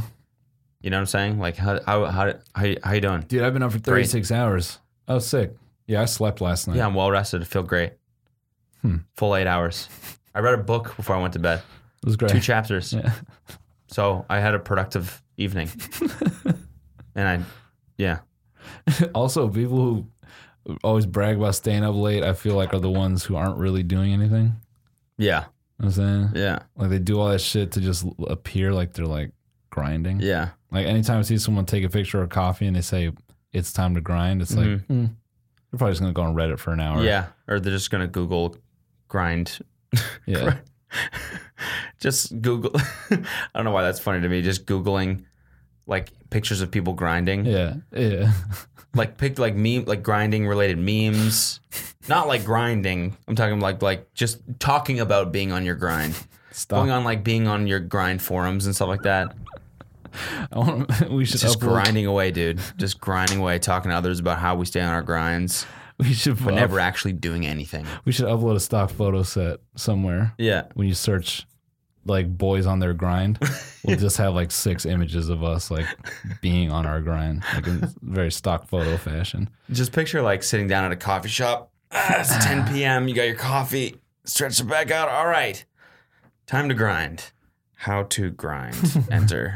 Speaker 4: You know what I'm saying? Like how how how how, you- how you doing?
Speaker 5: dude, I've been up for thirty six hours. Oh, sick. Yeah, I slept last night.
Speaker 4: Yeah, I'm well rested. I feel great.
Speaker 5: Hmm.
Speaker 4: Full eight hours. I read a book before I went to bed.
Speaker 5: it was great.
Speaker 4: Two chapters. So I had a productive evening. and I, yeah.
Speaker 5: Also, people who always brag about staying up late, I feel like are the ones who aren't really doing anything.
Speaker 4: Yeah.
Speaker 5: You know what I'm saying
Speaker 4: Yeah.
Speaker 5: like they do all that shit to just l- appear like they're like grinding.
Speaker 4: Yeah.
Speaker 5: Like anytime I see someone take a picture or coffee and they say it's time to grind, it's like mm, you're probably just gonna go on Reddit for an hour.
Speaker 4: Mm-hmm. Yeah. Or they're just going to Google grind.
Speaker 5: yeah.
Speaker 4: Just Google. I don't know why that's funny to me. Just Googling like pictures of people grinding.
Speaker 5: Yeah, yeah,
Speaker 4: Like picked like meme, like grinding related memes. Not like grinding. I'm talking like, like just talking about being on your grind.
Speaker 5: Stop.
Speaker 4: Going on like being on your grind forums and stuff like that.
Speaker 5: I want, we should
Speaker 4: Just
Speaker 5: upload-
Speaker 4: grinding away, dude. Just grinding away, talking to others about how we stay on our grinds,
Speaker 5: We should
Speaker 4: but
Speaker 5: up-
Speaker 4: never actually doing anything.
Speaker 5: we should upload a stock photo set somewhere.
Speaker 4: Yeah.
Speaker 5: when you search like boys on their grind, we'll just have like six images of us like being on our grind, like in very stock photo fashion.
Speaker 4: Just picture like sitting down at a coffee shop. Ah, it's 10 p.m. You got your coffee. Stretch it back out. All right. Time to grind. How to grind. Enter.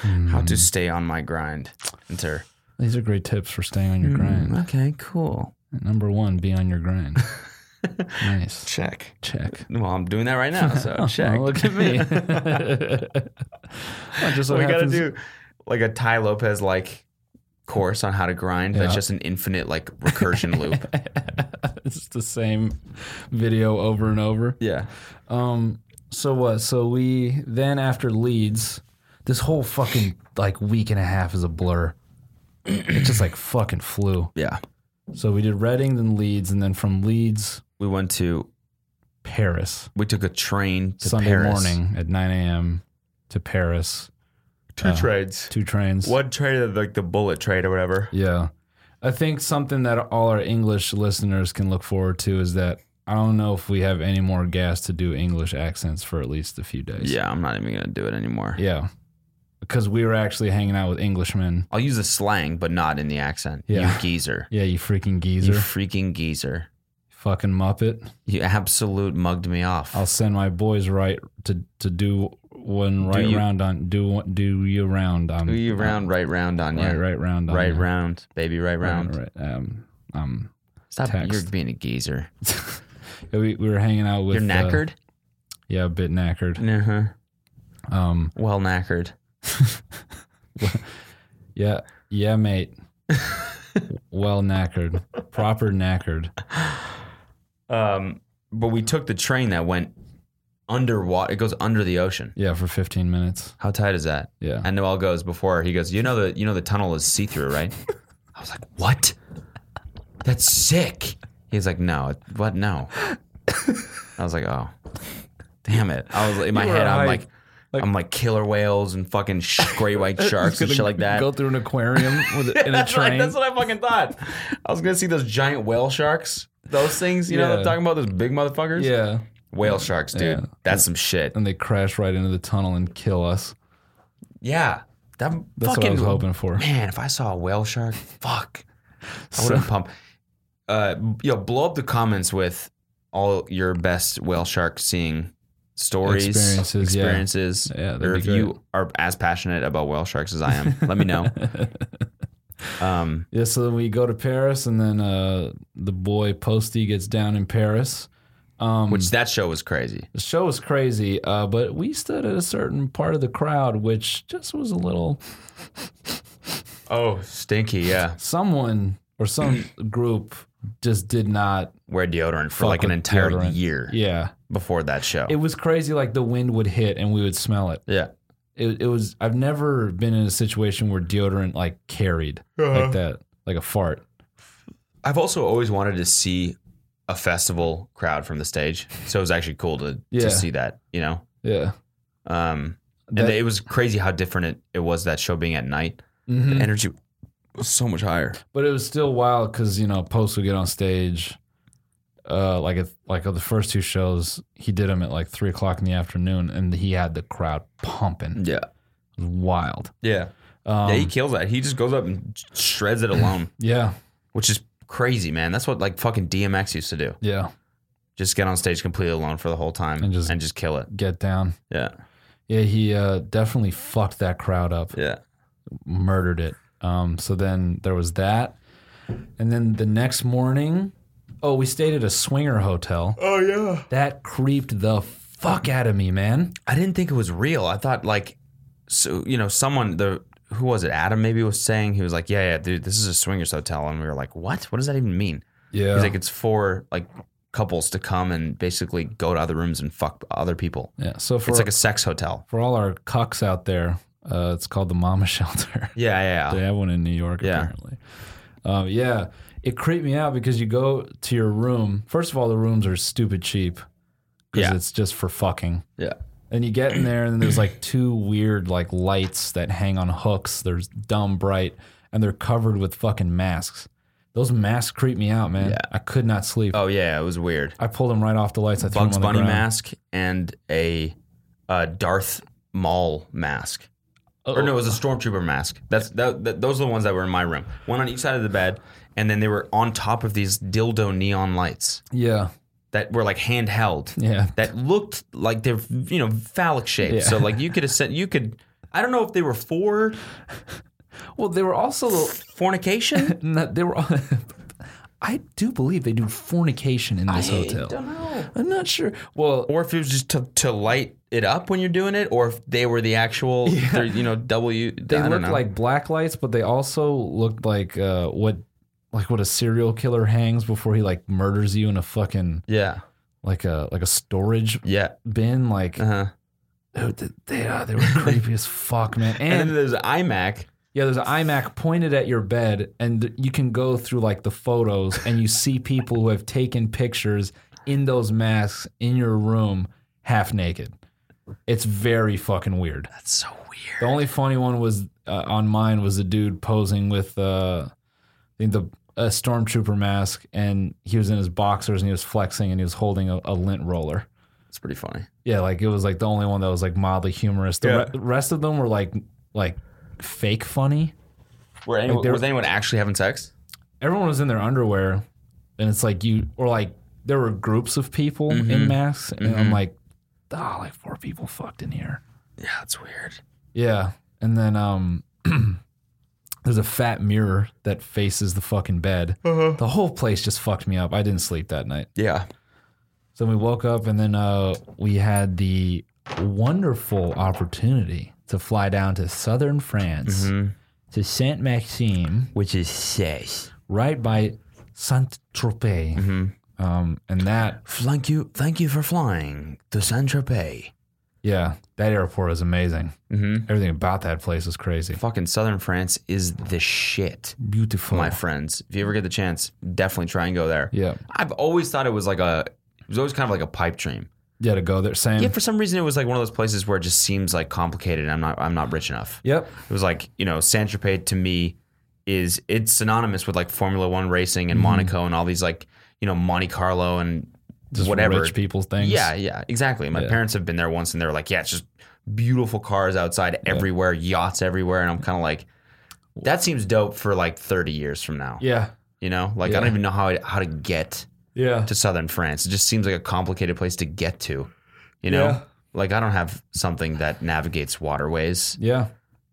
Speaker 4: how
Speaker 5: Mm.
Speaker 4: to stay on my grind. Enter. Mm,
Speaker 5: These are great tips for staying on your
Speaker 4: Hmm.
Speaker 5: grind.
Speaker 4: Okay, cool.
Speaker 5: Number one, be on your grind. nice.
Speaker 4: Check.
Speaker 5: Check.
Speaker 4: Well, I'm doing that right now, so check.
Speaker 5: Oh, look at me. Oh, just so
Speaker 4: we
Speaker 5: happens-
Speaker 4: gotta do like a Ty Lopez like course on how to grind. That's just an infinite like recursion loop.
Speaker 5: It's the same video over and over.
Speaker 4: Yeah,
Speaker 5: Um. So what? So we then after Leeds, this whole fucking like week and a half is a blur. It just like fucking flew.
Speaker 4: yeah.
Speaker 5: So we did Reading, then Leeds, and then from Leeds,
Speaker 4: We went to
Speaker 5: Paris.
Speaker 4: we took a train to
Speaker 5: Sunday
Speaker 4: Paris.
Speaker 5: morning at 9 a.m. to Paris.
Speaker 4: Two
Speaker 5: Uh-huh.
Speaker 4: trades.
Speaker 5: Two trains.
Speaker 4: One trade like the bullet trade or whatever.
Speaker 5: Yeah. I think something that all our English listeners can look forward to is that I don't know if we have any more gas to do English accents for at least a few days.
Speaker 4: Yeah, I'm not even gonna do it anymore.
Speaker 5: Yeah. Because we were actually hanging out with Englishmen
Speaker 4: I'll use the slang, but not in the accent.
Speaker 5: Yeah.
Speaker 4: You geezer.
Speaker 5: Yeah, you freaking
Speaker 4: You
Speaker 5: geezer.
Speaker 4: freaking geezer.
Speaker 5: fucking Muppet.
Speaker 4: You absolute mugged me off.
Speaker 5: I'll send my boys right to, to do one right
Speaker 4: you-
Speaker 5: round on do one- do you round on
Speaker 4: Do you round, right round on you.
Speaker 5: right right round on
Speaker 4: Right
Speaker 5: ya.
Speaker 4: round, baby, right round.
Speaker 5: right, right, um um
Speaker 4: Stop.
Speaker 5: Text.
Speaker 4: You're being a geezer.
Speaker 5: yeah, we, we were hanging out with
Speaker 4: You're
Speaker 5: uh,
Speaker 4: knackered?
Speaker 5: yeah a bit knackered
Speaker 4: Uh huh.
Speaker 5: um
Speaker 4: Well, knackered.
Speaker 5: yeah yeah mate well knackered proper knackered
Speaker 4: Um, but we took the train that went underwater. It goes under the ocean.
Speaker 5: yeah for 15 minutes
Speaker 4: How tight is that?
Speaker 5: Yeah.
Speaker 4: And Noel goes before he goes. You know the you know the tunnel is see through, right? I was like, what? That's sick. He's like, no, it- what? No. I was like, oh, damn it. I was in my
Speaker 5: You were
Speaker 4: head. I'm
Speaker 5: hyped.
Speaker 4: like, I'm like killer whales and fucking sh- great white sharks and
Speaker 5: Gonna
Speaker 4: shit like that.
Speaker 5: Go through an aquarium with in a
Speaker 4: that's, what I-
Speaker 5: train.
Speaker 4: that's what I fucking thought. I was gonna see those giant whale sharks. Those things, you know, what I'm
Speaker 5: Yeah.
Speaker 4: talking about those big motherfuckers.
Speaker 5: yeah,
Speaker 4: whale sharks, dude.
Speaker 5: Yeah.
Speaker 4: That's some shit.
Speaker 5: and they crash right into the tunnel and kill us.
Speaker 4: Yeah, that
Speaker 5: That's
Speaker 4: fucking
Speaker 5: what I was hoping for.
Speaker 4: man. If I saw a whale shark, fuck, I would have pumped. Uh, yo, blow up the comments with all your best whale shark seeing stories,
Speaker 5: Experiences, yeah.
Speaker 4: experiences.
Speaker 5: Yeah, that'd
Speaker 4: or
Speaker 5: be
Speaker 4: if
Speaker 5: great.
Speaker 4: you are as passionate about whale sharks as I am, let me know. Um,
Speaker 5: Yeah, so then we go to Paris, and then uh, the boy Posty gets down in Paris. Um,
Speaker 4: which that show was crazy.
Speaker 5: the show was crazy, uh, but we stood at a certain part of the crowd, which just was a little.
Speaker 4: Oh, stinky, yeah.
Speaker 5: Someone or some group just did not.
Speaker 4: wear deodorant for
Speaker 5: fuck
Speaker 4: like an
Speaker 5: with
Speaker 4: entire
Speaker 5: deodorant.
Speaker 4: year
Speaker 5: Yeah,
Speaker 4: before that show.
Speaker 5: it was crazy. Like the wind would hit, and we would smell it.
Speaker 4: yeah.
Speaker 5: It, it was. I've never been in a situation where deodorant like carried like that, like a fart.
Speaker 4: I've also always wanted to see a festival crowd from the stage. So it was actually cool to,
Speaker 5: Yeah.
Speaker 4: to see that, you know?
Speaker 5: Yeah,
Speaker 4: Um, and
Speaker 5: That-
Speaker 4: it was crazy how different it, it was that show being at night.
Speaker 5: Mhm.
Speaker 4: The energy was so much higher.
Speaker 5: But it was still wild because you know Post would get on stage, uh, like at, like the first two shows he did them at like three o'clock in the afternoon, and he had the crowd pumping.
Speaker 4: Yeah.
Speaker 5: It was wild.
Speaker 4: Yeah.
Speaker 5: Um,
Speaker 4: yeah, he kills that. He just goes up and shreds it alone,
Speaker 5: yeah,
Speaker 4: which is crazy, man. That's what like fucking DMX used to do.
Speaker 5: yeah.
Speaker 4: Just get on stage completely alone for the whole time
Speaker 5: And just-
Speaker 4: and just kill it.
Speaker 5: Get down.
Speaker 4: Yeah.
Speaker 5: Yeah, he uh, definitely fucked that crowd up.
Speaker 4: Yeah.
Speaker 5: murdered it. Um, so then there was that, and then the next morning, oh, we stayed at a swinger hotel. Oh yeah, that creeped the fuck out of me, man.
Speaker 4: I didn't think it was real. I thought like, so you know, someone the who was it? Adam maybe was saying he was like, yeah, yeah, dude, this is a swingers hotel, and we were like, what? What does that even mean?
Speaker 5: Yeah,
Speaker 4: He's like, it's for like couples to come and basically go to other rooms and fuck other people.
Speaker 5: yeah. So for
Speaker 4: It's like a sex hotel.
Speaker 5: for all our cucks out there, uh, it's called the Mama Shelter.
Speaker 4: Yeah, yeah,
Speaker 5: they
Speaker 4: yeah.
Speaker 5: have one in New York,
Speaker 4: Yeah.
Speaker 5: apparently. Um, yeah, it creeped me out because you go to your room. First of all, the rooms are stupid cheap because
Speaker 4: Yeah.
Speaker 5: it's just for fucking.
Speaker 4: yeah.
Speaker 5: And you get in there, and there's like two weird like lights that hang on hooks. They're dumb bright, and they're covered with fucking masks. Those masks creep me out, man.
Speaker 4: Yeah.
Speaker 5: I could not sleep.
Speaker 4: Oh yeah, it was weird.
Speaker 5: I pulled them right off the lights. I threw
Speaker 4: Bugs
Speaker 5: them on
Speaker 4: Bunny
Speaker 5: the ground.
Speaker 4: mask and a uh, Darth Maul mask. Or no, it was a stormtrooper mask. That's that, that, those are the ones that were in my room. One on each side of the bed, and then they were on top of these dildo neon lights
Speaker 5: Yeah,
Speaker 4: that were like handheld.
Speaker 5: yeah.
Speaker 4: That looked like they're you know phallic shaped.
Speaker 5: Yeah.
Speaker 4: So like you could have sent you could. I don't know if they were for
Speaker 5: Well, they were also
Speaker 4: fornication.
Speaker 5: No, they were. I do believe they do fornication in this hotel. I don't know. I'm not sure. Well,
Speaker 4: Or if it was just to, to light it up when you're doing it, or if they were the actual, they're, you know, W.
Speaker 5: they
Speaker 4: I don't
Speaker 5: looked
Speaker 4: know.
Speaker 5: like black lights, but they also looked like uh, what, like what a serial killer hangs before he like murders you in a fucking
Speaker 4: yeah,
Speaker 5: like a like a storage
Speaker 4: yeah,
Speaker 5: bin. Like
Speaker 4: uh huh.
Speaker 5: dude, they uh, they were creepy as fuck, man.
Speaker 4: And,
Speaker 5: And,
Speaker 4: then there's iMac.
Speaker 5: yeah, there's an iMac pointed at your bed, and th- you can go through like the photos, and you see people who have taken pictures in those masks in your room, half naked. It's very fucking weird.
Speaker 4: That's so weird.
Speaker 5: The only funny one was uh, on mine was a dude posing with uh, I think the a stormtrooper mask, and he was in his boxers and he was flexing and he was holding a, a lint roller.
Speaker 4: It's pretty funny.
Speaker 5: Yeah, like it was like the only one that was like mildly humorous. The
Speaker 4: Yeah.
Speaker 5: re- rest of them were like like fake funny.
Speaker 4: Were anyone,
Speaker 5: there-
Speaker 4: was anyone actually having sex?
Speaker 5: Everyone was in their underwear, and it's like you or like there were groups of people in masks, and I'm like, ah, like four people fucked in here.
Speaker 4: Yeah, that's weird.
Speaker 5: Yeah, and then um, there's a fat mirror that faces the fucking bed. The whole place just fucked me up. I didn't sleep that night.
Speaker 4: Yeah.
Speaker 5: So we woke up and then uh, we had the wonderful opportunity to fly down to southern France to Saint Maxime,
Speaker 4: Which is says.
Speaker 5: right by Saint Tropez.
Speaker 4: Mm-hmm.
Speaker 5: Um, and that
Speaker 4: Thank you, thank you for flying to Saint Tropez.
Speaker 5: Yeah, that airport is amazing.
Speaker 4: Mm-hmm.
Speaker 5: Everything about that place is crazy.
Speaker 4: Fucking southern France is the shit,
Speaker 5: Beautiful.
Speaker 4: my friends. If you ever get the chance, definitely try and go there.
Speaker 5: yeah,
Speaker 4: I've always thought it was like a, it was always kind of like a pipe dream.
Speaker 5: yeah, to go there. Same.
Speaker 4: Yeah, for some reason it was like one of those places where it just seems like complicated. And I'm not, I'm not rich enough.
Speaker 5: yep.
Speaker 4: It was like you know, Saint Tropez to me is it's synonymous with like Formula One racing
Speaker 5: Mm-hmm.
Speaker 4: and Monaco and all these like you know Monte Carlo and
Speaker 5: Just
Speaker 4: whatever
Speaker 5: rich people things.
Speaker 4: Yeah, yeah, exactly. My
Speaker 5: Yeah.
Speaker 4: parents have been there once, and they were like, "Yeah, it's just beautiful cars outside everywhere, yachts everywhere," and I'm kind of like, "That seems dope for like 30 years from now."
Speaker 5: Yeah.
Speaker 4: You know, like I
Speaker 5: Yeah.
Speaker 4: don't even know how I, how to get
Speaker 5: Yeah.
Speaker 4: to southern France. It just seems like a complicated place to get to. You know,
Speaker 5: Yeah.
Speaker 4: like I don't have something that navigates waterways.
Speaker 5: yeah.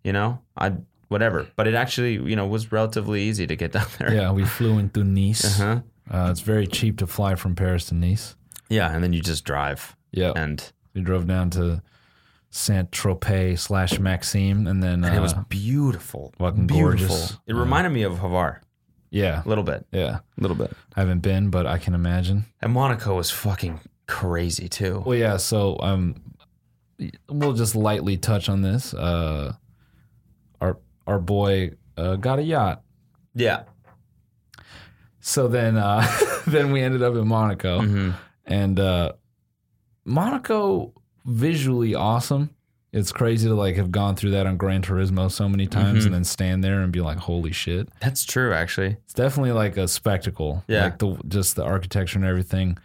Speaker 4: You know, I whatever, but it actually you know was relatively easy to get down there.
Speaker 5: Yeah. We flew into Nice.
Speaker 4: Uh-huh.
Speaker 5: Uh, it's very cheap to fly from Paris to Nice.
Speaker 4: Yeah, and then you just drive
Speaker 5: Yeah.
Speaker 4: and.
Speaker 5: we drove down to Saint Tropez slash Maxime, and then
Speaker 4: And
Speaker 5: uh,
Speaker 4: it was beautiful.
Speaker 5: fucking
Speaker 4: beautiful.
Speaker 5: gorgeous.
Speaker 4: It reminded me of Havar
Speaker 5: yeah,
Speaker 4: a little bit.
Speaker 5: yeah.
Speaker 4: A little bit.
Speaker 5: I haven't been, but I can imagine.
Speaker 4: And Monaco was fucking crazy too.
Speaker 5: Well, yeah. So, um, we'll just lightly touch on this. Uh, our our boy uh, got a yacht.
Speaker 4: Yeah.
Speaker 5: So then, uh, then we ended up in Monaco,
Speaker 4: Mm-hmm.
Speaker 5: and uh, Monaco visually awesome. It's crazy to like have gone through that on Gran Turismo so many times,
Speaker 4: Mm-hmm.
Speaker 5: and then stand there and be like, "Holy shit!"
Speaker 4: That's true, actually.
Speaker 5: It's definitely like a spectacle.
Speaker 4: Yeah.
Speaker 5: like the just the architecture and everything.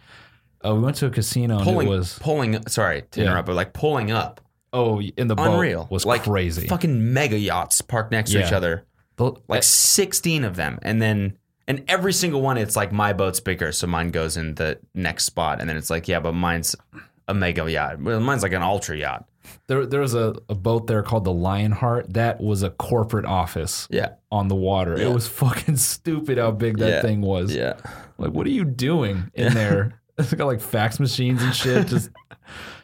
Speaker 5: Uh, we went to a casino and
Speaker 4: Pulling
Speaker 5: it was
Speaker 4: pulling sorry to
Speaker 5: Yeah.
Speaker 4: interrupt, but like pulling up.
Speaker 5: oh in the boat
Speaker 4: Unreal.
Speaker 5: was
Speaker 4: like
Speaker 5: crazy.
Speaker 4: Fucking mega yachts parked next to
Speaker 5: Yeah.
Speaker 4: each other.
Speaker 5: The-
Speaker 4: Like sixteen of them. And then and every single one it's like my boat's bigger, so mine goes in the next spot. And then it's like, yeah, but mine's a mega yacht. Well, mine's like an ultra yacht.
Speaker 5: there there was a, a boat there called the Lionheart that was a corporate office
Speaker 4: Yeah.
Speaker 5: on the water.
Speaker 4: Yeah.
Speaker 5: It was fucking stupid how big that
Speaker 4: Yeah.
Speaker 5: thing was.
Speaker 4: Yeah.
Speaker 5: Like, what are you doing in there? It's got like fax machines and shit. Just,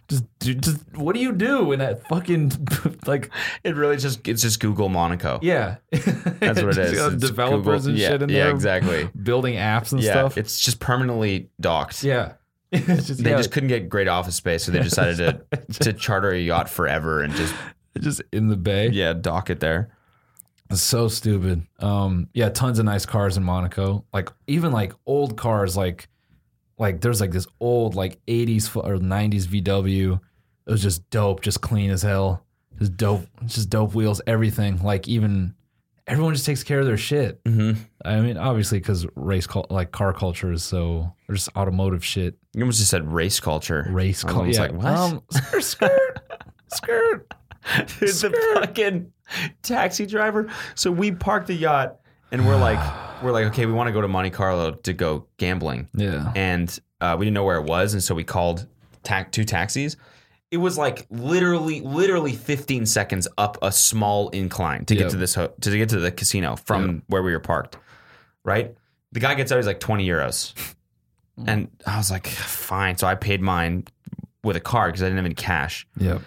Speaker 5: just, do- just, what do you do in that fucking like?
Speaker 4: It really just it's just Google Monaco.
Speaker 5: Yeah,
Speaker 4: That's what it is. It's
Speaker 5: developers
Speaker 4: Google-
Speaker 5: and
Speaker 4: yeah,
Speaker 5: shit in
Speaker 4: yeah,
Speaker 5: there,
Speaker 4: exactly.
Speaker 5: Building apps and
Speaker 4: yeah.
Speaker 5: stuff.
Speaker 4: It's just permanently docked.
Speaker 5: yeah, It's just,
Speaker 4: They
Speaker 5: yeah,
Speaker 4: just couldn't get great office space, so they decided to to charter a yacht forever and just
Speaker 5: it's just in the bay.
Speaker 4: yeah dock it there.
Speaker 5: It's so stupid. Um, yeah, tons of nice cars in Monaco. Like even like old cars, like like there's like this old like 80s fu- or 90s VW. It was just dope, just clean as hell. Just dope, just dope wheels, everything. Like even everyone just takes care of their shit.
Speaker 4: Mm-hmm.
Speaker 5: I mean, obviously because race cul like car culture is so or just automotive shit.
Speaker 4: You almost just said race culture.
Speaker 5: Race
Speaker 4: I
Speaker 5: culture.
Speaker 4: was
Speaker 5: Yeah. Um,
Speaker 4: like, what?
Speaker 5: skirt, skirt, skirt.
Speaker 4: Dude, the fucking taxi driver. So we parked the yacht, and we're like, we're like, okay, we want to go to Monte Carlo to go gambling,
Speaker 5: Yeah.
Speaker 4: and uh, we didn't know where it was, and so we called ta- two taxis. It was like literally, literally 15 seconds up a small incline to get
Speaker 5: Yep.
Speaker 4: to this ho- to get to the casino from where we were parked. Right, the guy gets out. He's like 20 euros,
Speaker 5: Hmm.
Speaker 4: and I was like, fine. So I paid mine with a card because I didn't have any cash.
Speaker 5: Yep.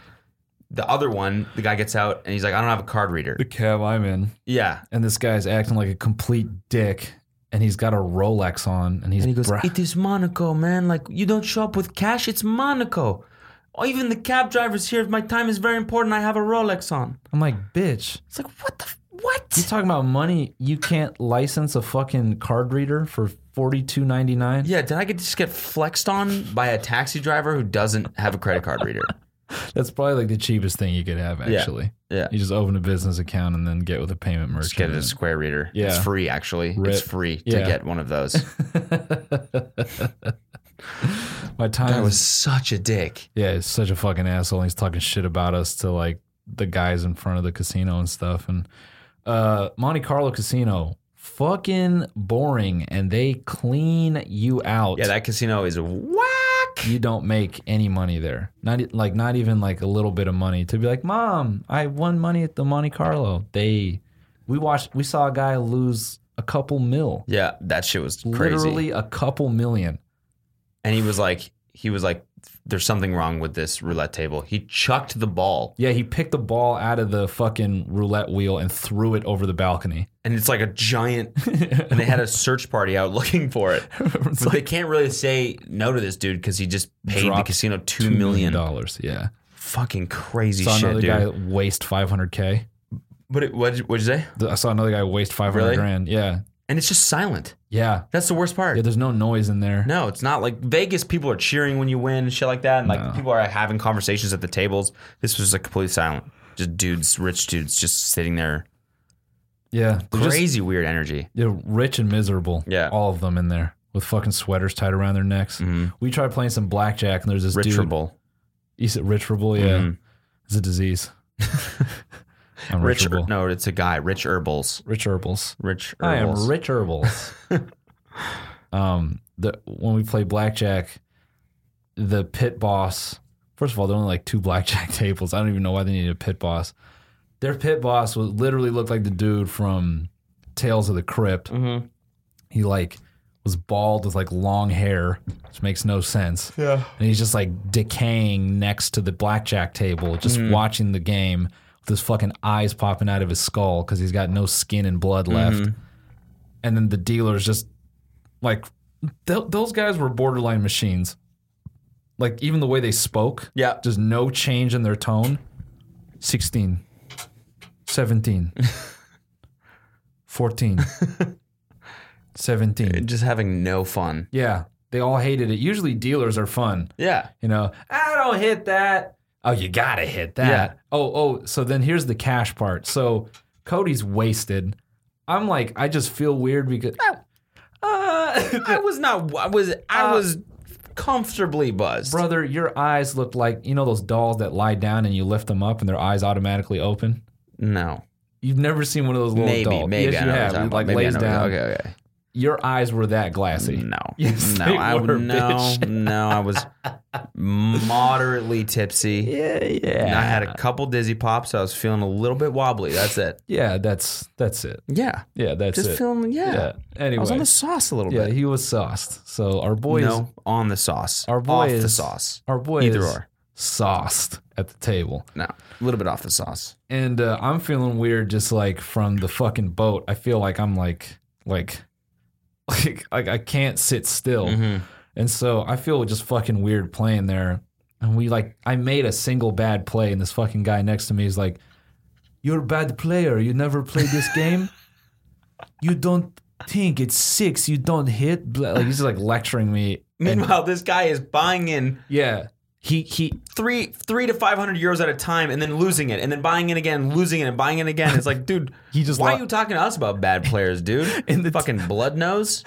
Speaker 4: The other one, the guy gets out and he's like, I don't have a card reader.
Speaker 5: The cab I'm in.
Speaker 4: Yeah,
Speaker 5: and this guy's acting like a complete dick and he's got a Rolex on and he's bra-
Speaker 4: It is Monaco, man. Like you don't show up with cash, it's Monaco. Oh, even the cab drivers here, my time is very important. I have a Rolex on.
Speaker 5: I'm like, bitch,
Speaker 4: It's like what the f- what?
Speaker 5: you talking about money, you can't license a fucking card reader for forty two ninety nine?
Speaker 4: Yeah, did I get just get flexed on by a taxi driver who doesn't have a credit card reader?
Speaker 5: That's probably like the cheapest thing you could have actually.
Speaker 4: Yeah.
Speaker 5: You just open a business account and then get with a payment merchant.
Speaker 4: Just get a square reader. It's
Speaker 5: Yeah.
Speaker 4: free actually. It's
Speaker 5: Rip.
Speaker 4: free to
Speaker 5: Yeah.
Speaker 4: get one of those.
Speaker 5: My
Speaker 4: That
Speaker 5: time
Speaker 4: was
Speaker 5: was
Speaker 4: such a dick.
Speaker 5: Yeah, he's such a fucking asshole. He's talking shit about us to like the guys in front of the casino and stuff. And uh Monte Carlo Casino, fucking boring, and they clean you out.
Speaker 4: Yeah, that casino is whack.
Speaker 5: you don't make any money there. Not e- like not even like a little bit of money to be like, mom, I won money at the Monte Carlo. They, we watched, we saw a guy lose a couple mil,
Speaker 4: Yeah, that shit was crazy.
Speaker 5: literally a couple million.
Speaker 4: and he was like he was like there's something wrong with this roulette table he chucked the ball
Speaker 5: Yeah, he picked the ball out of the fucking roulette wheel and threw it over the balcony.
Speaker 4: and it's like a giant and they had a search party out looking for it but they can't really say no to this dude because he just paid the
Speaker 5: Dropped
Speaker 4: casino two
Speaker 5: Two million
Speaker 4: million
Speaker 5: dollars. Yeah.
Speaker 4: fucking crazy
Speaker 5: Saw
Speaker 4: shit,
Speaker 5: another
Speaker 4: dude.
Speaker 5: guy waste 500K.
Speaker 4: But it, what what'd you say?
Speaker 5: Th- I saw another guy waste 500
Speaker 4: Really?
Speaker 5: grand. Yeah.
Speaker 4: And it's just silent.
Speaker 5: Yeah.
Speaker 4: That's the worst part.
Speaker 5: Yeah, there's no noise in there.
Speaker 4: No, it's not like Vegas. People are cheering when you win and shit like that, and like people are having conversations at the tables. This was like completely silent. Just dudes, rich dudes, just sitting there.
Speaker 5: Yeah. They're just-
Speaker 4: Crazy weird energy.
Speaker 5: They're rich and miserable.
Speaker 4: Yeah. Mm-hmm.
Speaker 5: All of them in there with fucking sweaters tied around their necks. We tried playing some blackjack and there's this dude.
Speaker 4: Richable.
Speaker 5: You said Richable? Yeah. It's a disease. I'm
Speaker 4: Rich.
Speaker 5: Richable.
Speaker 4: Mm-hmm. No, it's a guy. Rich herbals.
Speaker 5: Rich herbals.
Speaker 4: Rich
Speaker 5: I am
Speaker 4: herbals.
Speaker 5: rich herbals. um, the, when we play blackjack, the pit boss. First of all, there are only like two blackjack tables. I don't even know why they needed a pit boss. Their pit boss was literally looked like the dude from Tales of the Crypt. He like was bald with like long hair, which makes no sense. Yeah, and he's just like decaying next to the blackjack table, just watching the game with his fucking eyes popping out of his skull because he's got no skin and blood left and then the dealers just like th- those guys were borderline machines. Like even the way they spoke,
Speaker 4: Yeah.
Speaker 5: just no change in their tone. 16 17 14 17
Speaker 4: Just having no fun.
Speaker 5: Yeah, they all hated it. Usually dealers are fun.
Speaker 4: Yeah.
Speaker 5: You know, I don't hit that. Oh, you gotta hit that.
Speaker 4: Yeah.
Speaker 5: Oh, oh, so then here's the cash part. So Cody's wasted. I'm like, I just feel weird because
Speaker 4: I was not. I was. I
Speaker 5: Uh,
Speaker 4: was comfortably buzzed.
Speaker 5: brother, your eyes look like you know those dolls that lie down and you lift them up and their eyes automatically open.
Speaker 4: No.
Speaker 5: You've never seen one of those little
Speaker 4: Maybe.
Speaker 5: dolls.
Speaker 4: Maybe. I
Speaker 5: yes, you
Speaker 4: know what you're
Speaker 5: have.
Speaker 4: talking
Speaker 5: It,
Speaker 4: about. Mm.
Speaker 5: Like
Speaker 4: Maybe I
Speaker 5: lays
Speaker 4: know what you're-
Speaker 5: down.
Speaker 4: Okay. Okay.
Speaker 5: Your eyes were that glassy.
Speaker 4: No.
Speaker 5: Yes,
Speaker 4: no,
Speaker 5: they
Speaker 4: I
Speaker 5: were,
Speaker 4: no,
Speaker 5: bitch.
Speaker 4: no, I was moderately tipsy.
Speaker 5: Yeah, yeah.
Speaker 4: I had a couple dizzy pops. I was feeling a little bit wobbly. That's it.
Speaker 5: Yeah, that's that's it.
Speaker 4: Yeah.
Speaker 5: Yeah, that's
Speaker 4: Just
Speaker 5: it.
Speaker 4: feeling yeah.
Speaker 5: yeah. Anyway,
Speaker 4: I was on the sauce a little
Speaker 5: yeah,
Speaker 4: bit.
Speaker 5: he was sauced. So our boy is
Speaker 4: no, on the sauce.
Speaker 5: Our boy
Speaker 4: off the
Speaker 5: is-
Speaker 4: sauce.
Speaker 5: our boy
Speaker 4: Either
Speaker 5: is
Speaker 4: or.
Speaker 5: sauced at the table.
Speaker 4: No. A little bit off the sauce.
Speaker 5: and uh, I'm feeling weird just like from the fucking boat. I feel like I'm like like like, like I can't sit still.
Speaker 4: Mm-hmm.
Speaker 5: And so I feel just fucking weird playing there. And we like I made a single bad play and this fucking guy next to me is like you're a bad player. You never play this game. you don't think it's 6. You don't hit blah." like he's just like lecturing me.
Speaker 4: Meanwhile, this guy is buying in
Speaker 5: Yeah. He he
Speaker 4: three three to five hundred euros at a time and then losing it and then buying in again, losing it and buying in again. It's like, dude,
Speaker 5: He just
Speaker 4: why
Speaker 5: lo-
Speaker 4: are you talking to us about bad players, dude?
Speaker 5: In the-
Speaker 4: fucking blood nose?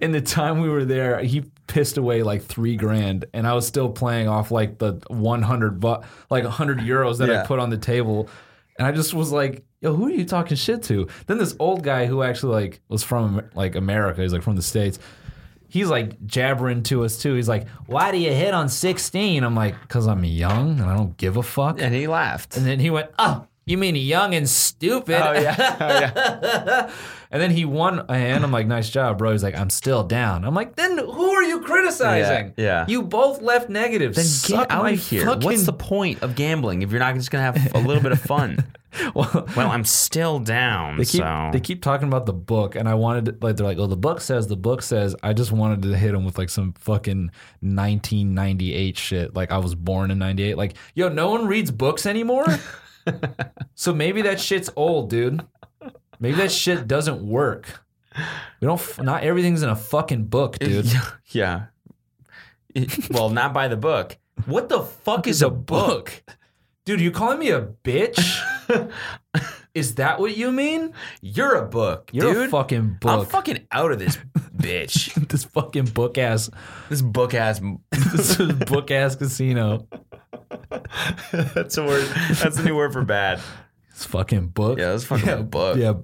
Speaker 5: in the time we were there, he pissed away like three grand, and I was still playing off like the one hundred but like hundred euros that
Speaker 4: Yeah.
Speaker 5: I put on the table, and I just was like, "Yo, who are you talking shit to?" Then this old guy who actually like was from like America, he's like from the states. He's like jabbering to us too. He's like, "Why do you hit on 16? I'm like, "Cause I'm young and I don't give a fuck."
Speaker 4: And he laughed.
Speaker 5: And then he went, "Oh, you mean young and stupid?"
Speaker 4: Oh yeah.
Speaker 5: And then he won a hand. I'm like, nice job, bro. He's like, I'm still down. I'm like, then who are you criticizing?
Speaker 4: Yeah, yeah.
Speaker 5: You both left negative.
Speaker 4: Then
Speaker 5: Suck
Speaker 4: get out
Speaker 5: my
Speaker 4: of here.
Speaker 5: Fucking...
Speaker 4: What's the point of gambling if you're not just gonna have a little bit of fun?
Speaker 5: Well,
Speaker 4: well, I'm still down.
Speaker 5: they keep
Speaker 4: so
Speaker 5: they keep talking about the book, and I wanted to- like they're like, oh, the book says the book says. I just wanted to hit him with like some fucking 1998 shit. Like I was born in 98. Like yo, no one reads books anymore. so maybe that shit's old, dude. Maybe that shit doesn't work. We don't. f- Not everything's in a fucking book, dude.
Speaker 4: yeah. It- well, not by the book. What the fuck is a book?
Speaker 5: Dude, you calling me a bitch? Is that what you mean?
Speaker 4: You're a book,
Speaker 5: You're
Speaker 4: dude.
Speaker 5: a fucking
Speaker 4: I'm
Speaker 5: book.
Speaker 4: fucking out of this bitch.
Speaker 5: this fucking book ass
Speaker 4: this book ass.
Speaker 5: this is book ass casino.
Speaker 4: that's a word. That's a new word for bad.
Speaker 5: It's fucking book.
Speaker 4: Yeah, that's fucking a book.
Speaker 5: Yeah.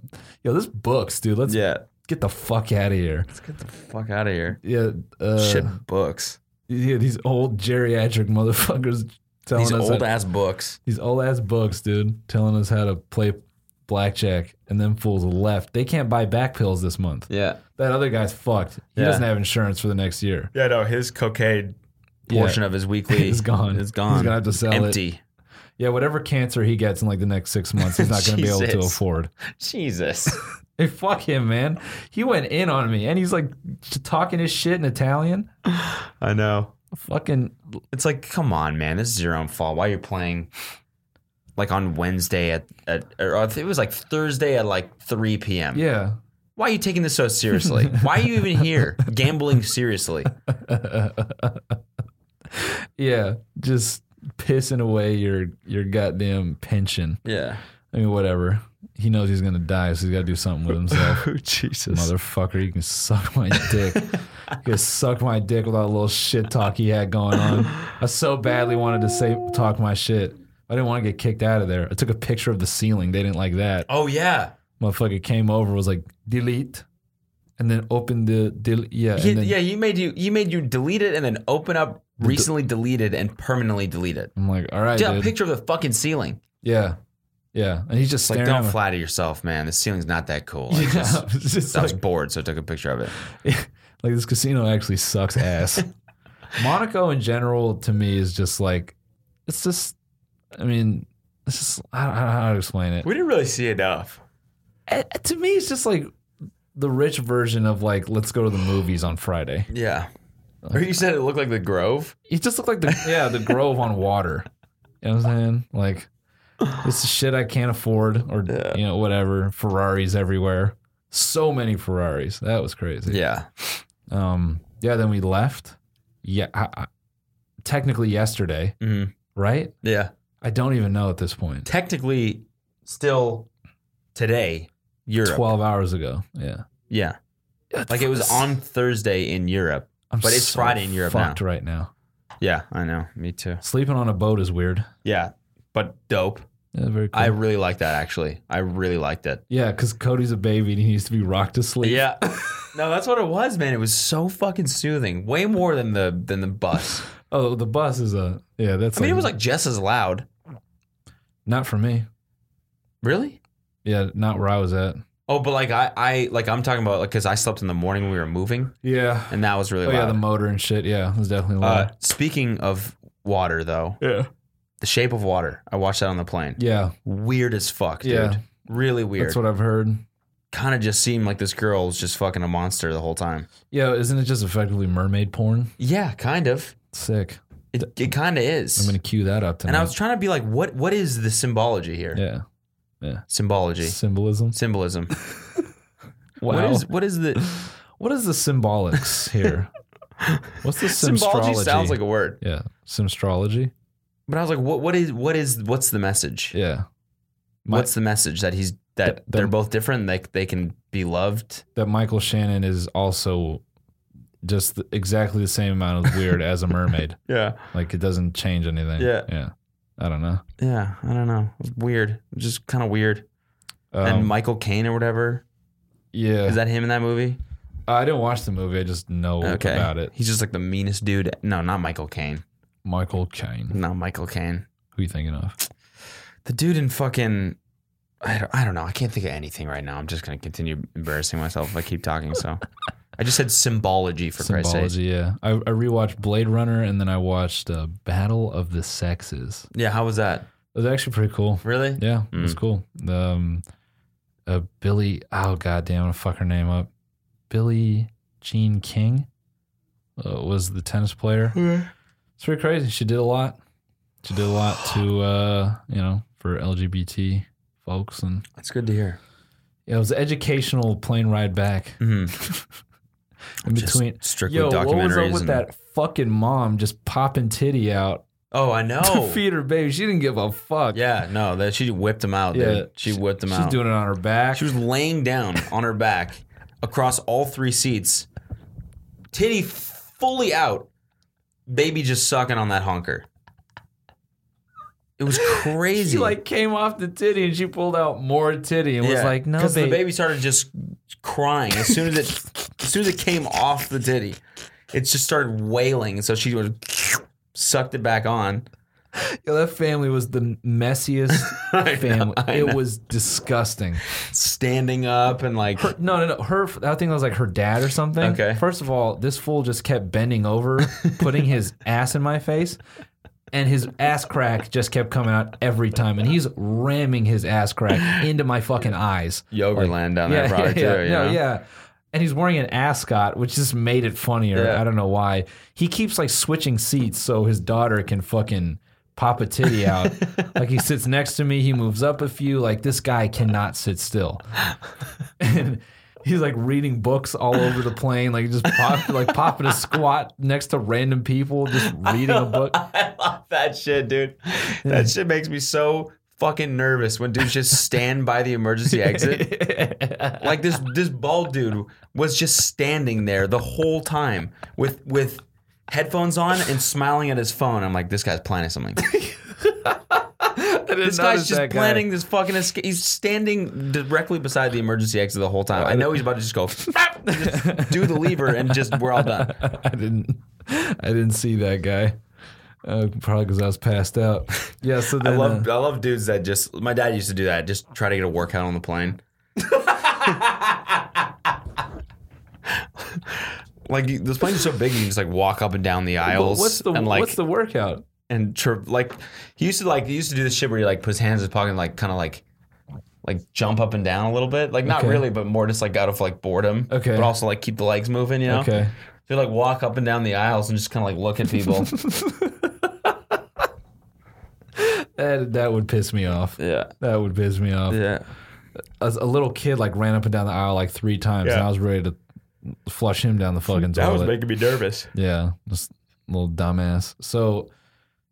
Speaker 5: Yo, this books, dude. Let's
Speaker 4: Yeah.
Speaker 5: get the fuck out of here.
Speaker 4: Let's get the fuck out of here.
Speaker 5: Yeah. Uh,
Speaker 4: Shit, books.
Speaker 5: Yeah, these old geriatric motherfuckers telling
Speaker 4: These
Speaker 5: us
Speaker 4: old
Speaker 5: how-
Speaker 4: ass books.
Speaker 5: these old ass books, dude, telling us how to play blackjack and then fools left. They can't buy back pills this month.
Speaker 4: Yeah.
Speaker 5: That other guy's fucked. He
Speaker 4: Yeah.
Speaker 5: doesn't have insurance for the next year.
Speaker 4: Yeah, no, his cocaine portion of his weekly
Speaker 5: It's gone.
Speaker 4: It's gone.
Speaker 5: He's gonna have to sell it.
Speaker 4: Empty.
Speaker 5: Yeah, whatever cancer he gets in like the next six months, he's not going to be able to
Speaker 4: Jesus.
Speaker 5: afford.
Speaker 4: Jesus.
Speaker 5: Hey, fuck him, man. He went in on me, and he's like t- talking his shit in Italian.
Speaker 4: I know.
Speaker 5: Fucking
Speaker 4: It's like, come on, man, this is your own fault. Why you're playing like on Wednesday at, at or I think it was like Thursday at like 3 p.m.
Speaker 5: yeah.
Speaker 4: Why are you taking this so seriously? Why are you even here gambling seriously?
Speaker 5: Yeah, just pissing away your your goddamn pension.
Speaker 4: Yeah.
Speaker 5: I mean, whatever. He knows he's gonna die, so he's gotta do something with himself.
Speaker 4: Oh, Jesus.
Speaker 5: Motherfucker, you can suck my dick. you can suck my dick with all the little shit talk he had going on. I so badly wanted to say talk my shit. I didn't want to get kicked out of there. I took a picture of the ceiling. They didn't like that.
Speaker 4: Oh yeah.
Speaker 5: Motherfucker came over, was like delete, and then opened the del- yeah.
Speaker 4: He-
Speaker 5: and then,
Speaker 4: yeah, you made you you made you delete it and then open up recently deleted and permanently delete it.
Speaker 5: I'm like, all right,
Speaker 4: Yeah, a
Speaker 5: dude.
Speaker 4: picture of the fucking ceiling.
Speaker 5: yeah, yeah. And he's just
Speaker 4: It's like
Speaker 5: staring
Speaker 4: don't
Speaker 5: at me.
Speaker 4: flatter yourself, man. The ceiling's not that cool. I
Speaker 5: Yeah,
Speaker 4: just-
Speaker 5: it's just
Speaker 4: I
Speaker 5: like,
Speaker 4: was bored, so I took a picture of it.
Speaker 5: like this casino actually sucks ass. Monaco in general to me is just like it's just. I mean, it's just I don't, I don't know how to explain it.
Speaker 4: We didn't really see enough.
Speaker 5: Eh, to me, it's just like the rich version of like let's go to the movies on Friday.
Speaker 4: Yeah. Or you said it looked like the Grove.
Speaker 5: It just looked like the yeah the Grove on water. You know what I'm saying? Like this is shit I can't afford or you know whatever. Ferraris everywhere. So many Ferraris. That was crazy.
Speaker 4: Yeah.
Speaker 5: Um, yeah, then we left. Yeah, I, I, technically yesterday,
Speaker 4: hmm
Speaker 5: right?
Speaker 4: Yeah.
Speaker 5: I don't even know at this point.
Speaker 4: Technically, still today, Europe.
Speaker 5: Twelve hours ago. Yeah,
Speaker 4: Yeah. Like it was on Thursday in Europe.
Speaker 5: I'm
Speaker 4: but it's
Speaker 5: so
Speaker 4: Friday in Europe now.
Speaker 5: fucked right now.
Speaker 4: Yeah, I know. Me too.
Speaker 5: Sleeping on a boat is weird.
Speaker 4: Yeah. But dope.
Speaker 5: Yeah, very. Cool.
Speaker 4: I really like that actually. I really liked it.
Speaker 5: yeah, because Cody's a baby and he needs to be rocked to sleep.
Speaker 4: Yeah. No, that's what it was, man. It was so fucking soothing. Way more than the than the bus.
Speaker 5: Oh, the bus is a yeah. That's.
Speaker 4: I mean, it was like just as loud.
Speaker 5: not for me.
Speaker 4: Really?
Speaker 5: Yeah, not where I was at.
Speaker 4: Oh, but like I, I like I'm talking about like because I slept in the morning when we were moving,
Speaker 5: Yeah.
Speaker 4: and that was really
Speaker 5: Oh yeah, the
Speaker 4: loud.
Speaker 5: motor and shit. Yeah, it was definitely
Speaker 4: uh,
Speaker 5: loud.
Speaker 4: speaking of water, though,
Speaker 5: yeah.
Speaker 4: The Shape of Water. I watched that on the plane.
Speaker 5: Yeah,
Speaker 4: Weird as fuck, dude.
Speaker 5: Yeah.
Speaker 4: Really weird.
Speaker 5: that's what I've heard.
Speaker 4: Kind of just seemed like this girl was just fucking a monster the whole time.
Speaker 5: Yeah, isn't it just effectively mermaid porn?
Speaker 4: Yeah, kind of.
Speaker 5: Sick.
Speaker 4: It, it kind of is.
Speaker 5: I'm gonna cue that up tonight.
Speaker 4: and I was trying to be like, what what is the symbology here?
Speaker 5: Yeah.
Speaker 4: Symbology,
Speaker 5: Symbolism.
Speaker 4: symbolism.
Speaker 5: Wow.
Speaker 4: What is what is the
Speaker 5: what is the symbolics here? What's the
Speaker 4: symbology?
Speaker 5: symbology?
Speaker 4: Sounds like a word,
Speaker 5: yeah, simstrology.
Speaker 4: but I was like, what what is what is what's the message?
Speaker 5: Yeah, My-
Speaker 4: What's the message that he's that
Speaker 5: That-
Speaker 4: they're
Speaker 5: that-
Speaker 4: both different? Like they can be loved.
Speaker 5: that Michael Shannon is also just the, exactly the same amount of weird as a mermaid.
Speaker 4: Yeah,
Speaker 5: Like it doesn't change anything.
Speaker 4: Yeah.
Speaker 5: yeah. I don't know.
Speaker 4: yeah. I don't know. Weird, just kind of weird.
Speaker 5: Um,
Speaker 4: and Michael Caine or whatever
Speaker 5: yeah,
Speaker 4: is that him in that movie?
Speaker 5: I didn't watch the movie. I just know
Speaker 4: Okay,
Speaker 5: about it.
Speaker 4: He's just like the meanest dude. No, not Michael Caine.
Speaker 5: Michael Caine.
Speaker 4: Not Michael Caine.
Speaker 5: Who you thinking of?
Speaker 4: The dude in fucking. I don't, I don't know. I can't think of anything right now. I'm just gonna continue embarrassing myself if I keep talking. So, I just said symbology for Christ's sake.
Speaker 5: Symbology. Yeah, I, I rewatched Blade Runner and then I watched uh, Battle of the Sexes.
Speaker 4: Yeah, how was that?
Speaker 5: It was actually pretty cool.
Speaker 4: Really?
Speaker 5: Yeah, it
Speaker 4: Mm.
Speaker 5: was cool. Um, uh, Billy. Oh god damn, I'm gonna fuck her name up. Billy Jean King uh, was the tennis player. It's pretty crazy. She did a lot. She did a lot to uh, you know for LGBT folks, and
Speaker 4: That's good to hear.
Speaker 5: yeah, it was an educational plane ride back. In
Speaker 4: Mm-hmm. Just
Speaker 5: between,
Speaker 4: strictly
Speaker 5: yo, what was up
Speaker 4: documentaries
Speaker 5: with
Speaker 4: and-
Speaker 5: that fucking mom just popping titty out
Speaker 4: Oh, I know.
Speaker 5: to feed her baby? She didn't give a fuck.
Speaker 4: yeah, no, that she whipped him out.
Speaker 5: Yeah,
Speaker 4: dude. she whipped him
Speaker 5: she's
Speaker 4: out.
Speaker 5: doing it on her back.
Speaker 4: She was laying down on her back across all three seats, titty fully out, baby just sucking on that honker. It was crazy.
Speaker 5: She like came off the titty and she pulled out more titty and was
Speaker 4: Yeah,
Speaker 5: like, "No,
Speaker 4: 'cause
Speaker 5: baby."
Speaker 4: the baby started just crying as soon as it as soon as it came off the titty. It just started wailing, so she was sucked it back on.
Speaker 5: Yo, that family was the messiest family. it was disgusting.
Speaker 4: Standing up and like
Speaker 5: Her- no, no, no. Her, I think that was like her dad or something.
Speaker 4: Okay.
Speaker 5: First of all, this fool just kept bending over, putting his ass in my face, and his ass crack just kept coming out every time, and he's ramming his ass crack into my fucking eyes.
Speaker 4: Yogurtland down
Speaker 5: yeah,
Speaker 4: there probably
Speaker 5: yeah,
Speaker 4: too.
Speaker 5: yeah,
Speaker 4: you
Speaker 5: no,
Speaker 4: know?
Speaker 5: yeah. and he's wearing an ascot, which just made it funnier.
Speaker 4: Yeah.
Speaker 5: I don't know why. He keeps like switching seats so his daughter can fucking pop a titty out. like he sits next to me, he moves up a few. Like this guy cannot sit still. And he's like reading books all over the plane, like just pop, like popping a squat next to random people, just reading a book.
Speaker 4: I love that shit, dude. That shit makes me so fucking nervous when dudes just stand by the emergency exit. like this this bald dude was just standing there the whole time with with headphones on and smiling at his phone. I'm like, this guy's planning something. This guy's just planning this fucking escape. He's standing directly beside the emergency exit the whole time. I know he's about to just go, just do the lever, and just we're all done.
Speaker 5: I didn't. I didn't see that guy. Uh, probably because I was passed out. Yeah. So
Speaker 4: I
Speaker 5: then, uh,
Speaker 4: love I love dudes that just my dad used to do that. Just try to get a workout on the plane. like you- this plane's so big, you can just like walk up and down the
Speaker 5: uh,
Speaker 4: aisles
Speaker 5: what's the
Speaker 4: and like
Speaker 5: what's the workout?
Speaker 4: and tr- like he used to like he used to do this shit where he like put his hands in his pocket and like kind of like like jump up and down a little bit. Like not
Speaker 5: Okay.
Speaker 4: really, but more just like out of like boredom.
Speaker 5: Okay.
Speaker 4: but also like keep the legs moving. You know.
Speaker 5: Okay.
Speaker 4: They like walk up and down the aisles and just kind of like look at people.
Speaker 5: That that would piss me off.
Speaker 4: yeah.
Speaker 5: That would piss me off.
Speaker 4: Yeah.
Speaker 5: As a little kid, like ran up and down the aisle like three times, and
Speaker 4: Yeah.
Speaker 5: I was ready to flush him down the fucking
Speaker 4: That
Speaker 5: toilet.
Speaker 4: was making me nervous.
Speaker 5: Yeah, just a little dumbass. So,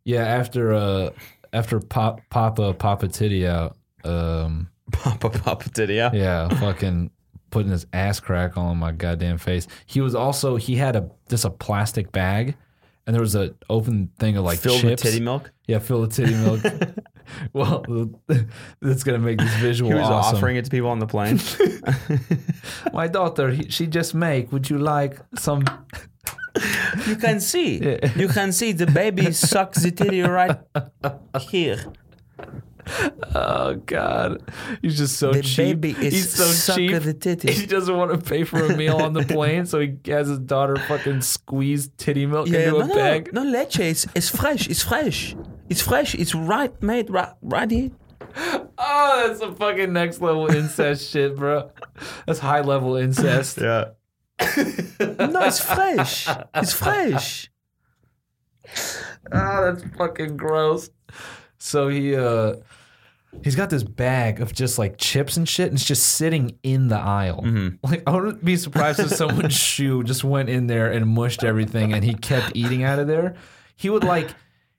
Speaker 5: yeah, after uh, after pop Papa Papa Titty out, um,
Speaker 4: Papa, papa, did ya?
Speaker 5: yeah, fucking putting his ass crack on my goddamn face. He was also he had a just a plastic bag, and there was a open thing of like
Speaker 4: Filled with
Speaker 5: chips.
Speaker 4: titty milk.
Speaker 5: yeah, filled with titty milk. well, that's gonna make this visual
Speaker 4: He was
Speaker 5: awesome.
Speaker 4: offering it to people on the plane.
Speaker 5: my daughter, he, she just make. Would you like some?
Speaker 4: you can see. You can see the baby sucks the titty right here.
Speaker 5: Oh God, he's just so
Speaker 4: The
Speaker 5: cheap.
Speaker 4: baby is
Speaker 5: he's so
Speaker 4: suck
Speaker 5: cheap.
Speaker 4: of the titty.
Speaker 5: He doesn't want to pay for a meal on the plane, so he has his daughter fucking squeeze titty milk into a bag.
Speaker 4: no, leche. It's, it's fresh. It's fresh. It's fresh. It's right made right, right here.
Speaker 5: Oh, that's some fucking next level incest shit, bro. That's high level incest.
Speaker 4: Yeah. no, it's fresh. It's fresh.
Speaker 5: Oh, that's fucking gross. So he uh he's got this bag of just like chips and shit, and it's just sitting in the aisle. Like I wouldn't be surprised if someone's shoe just went in there and mushed everything, and he kept eating out of there. He would like.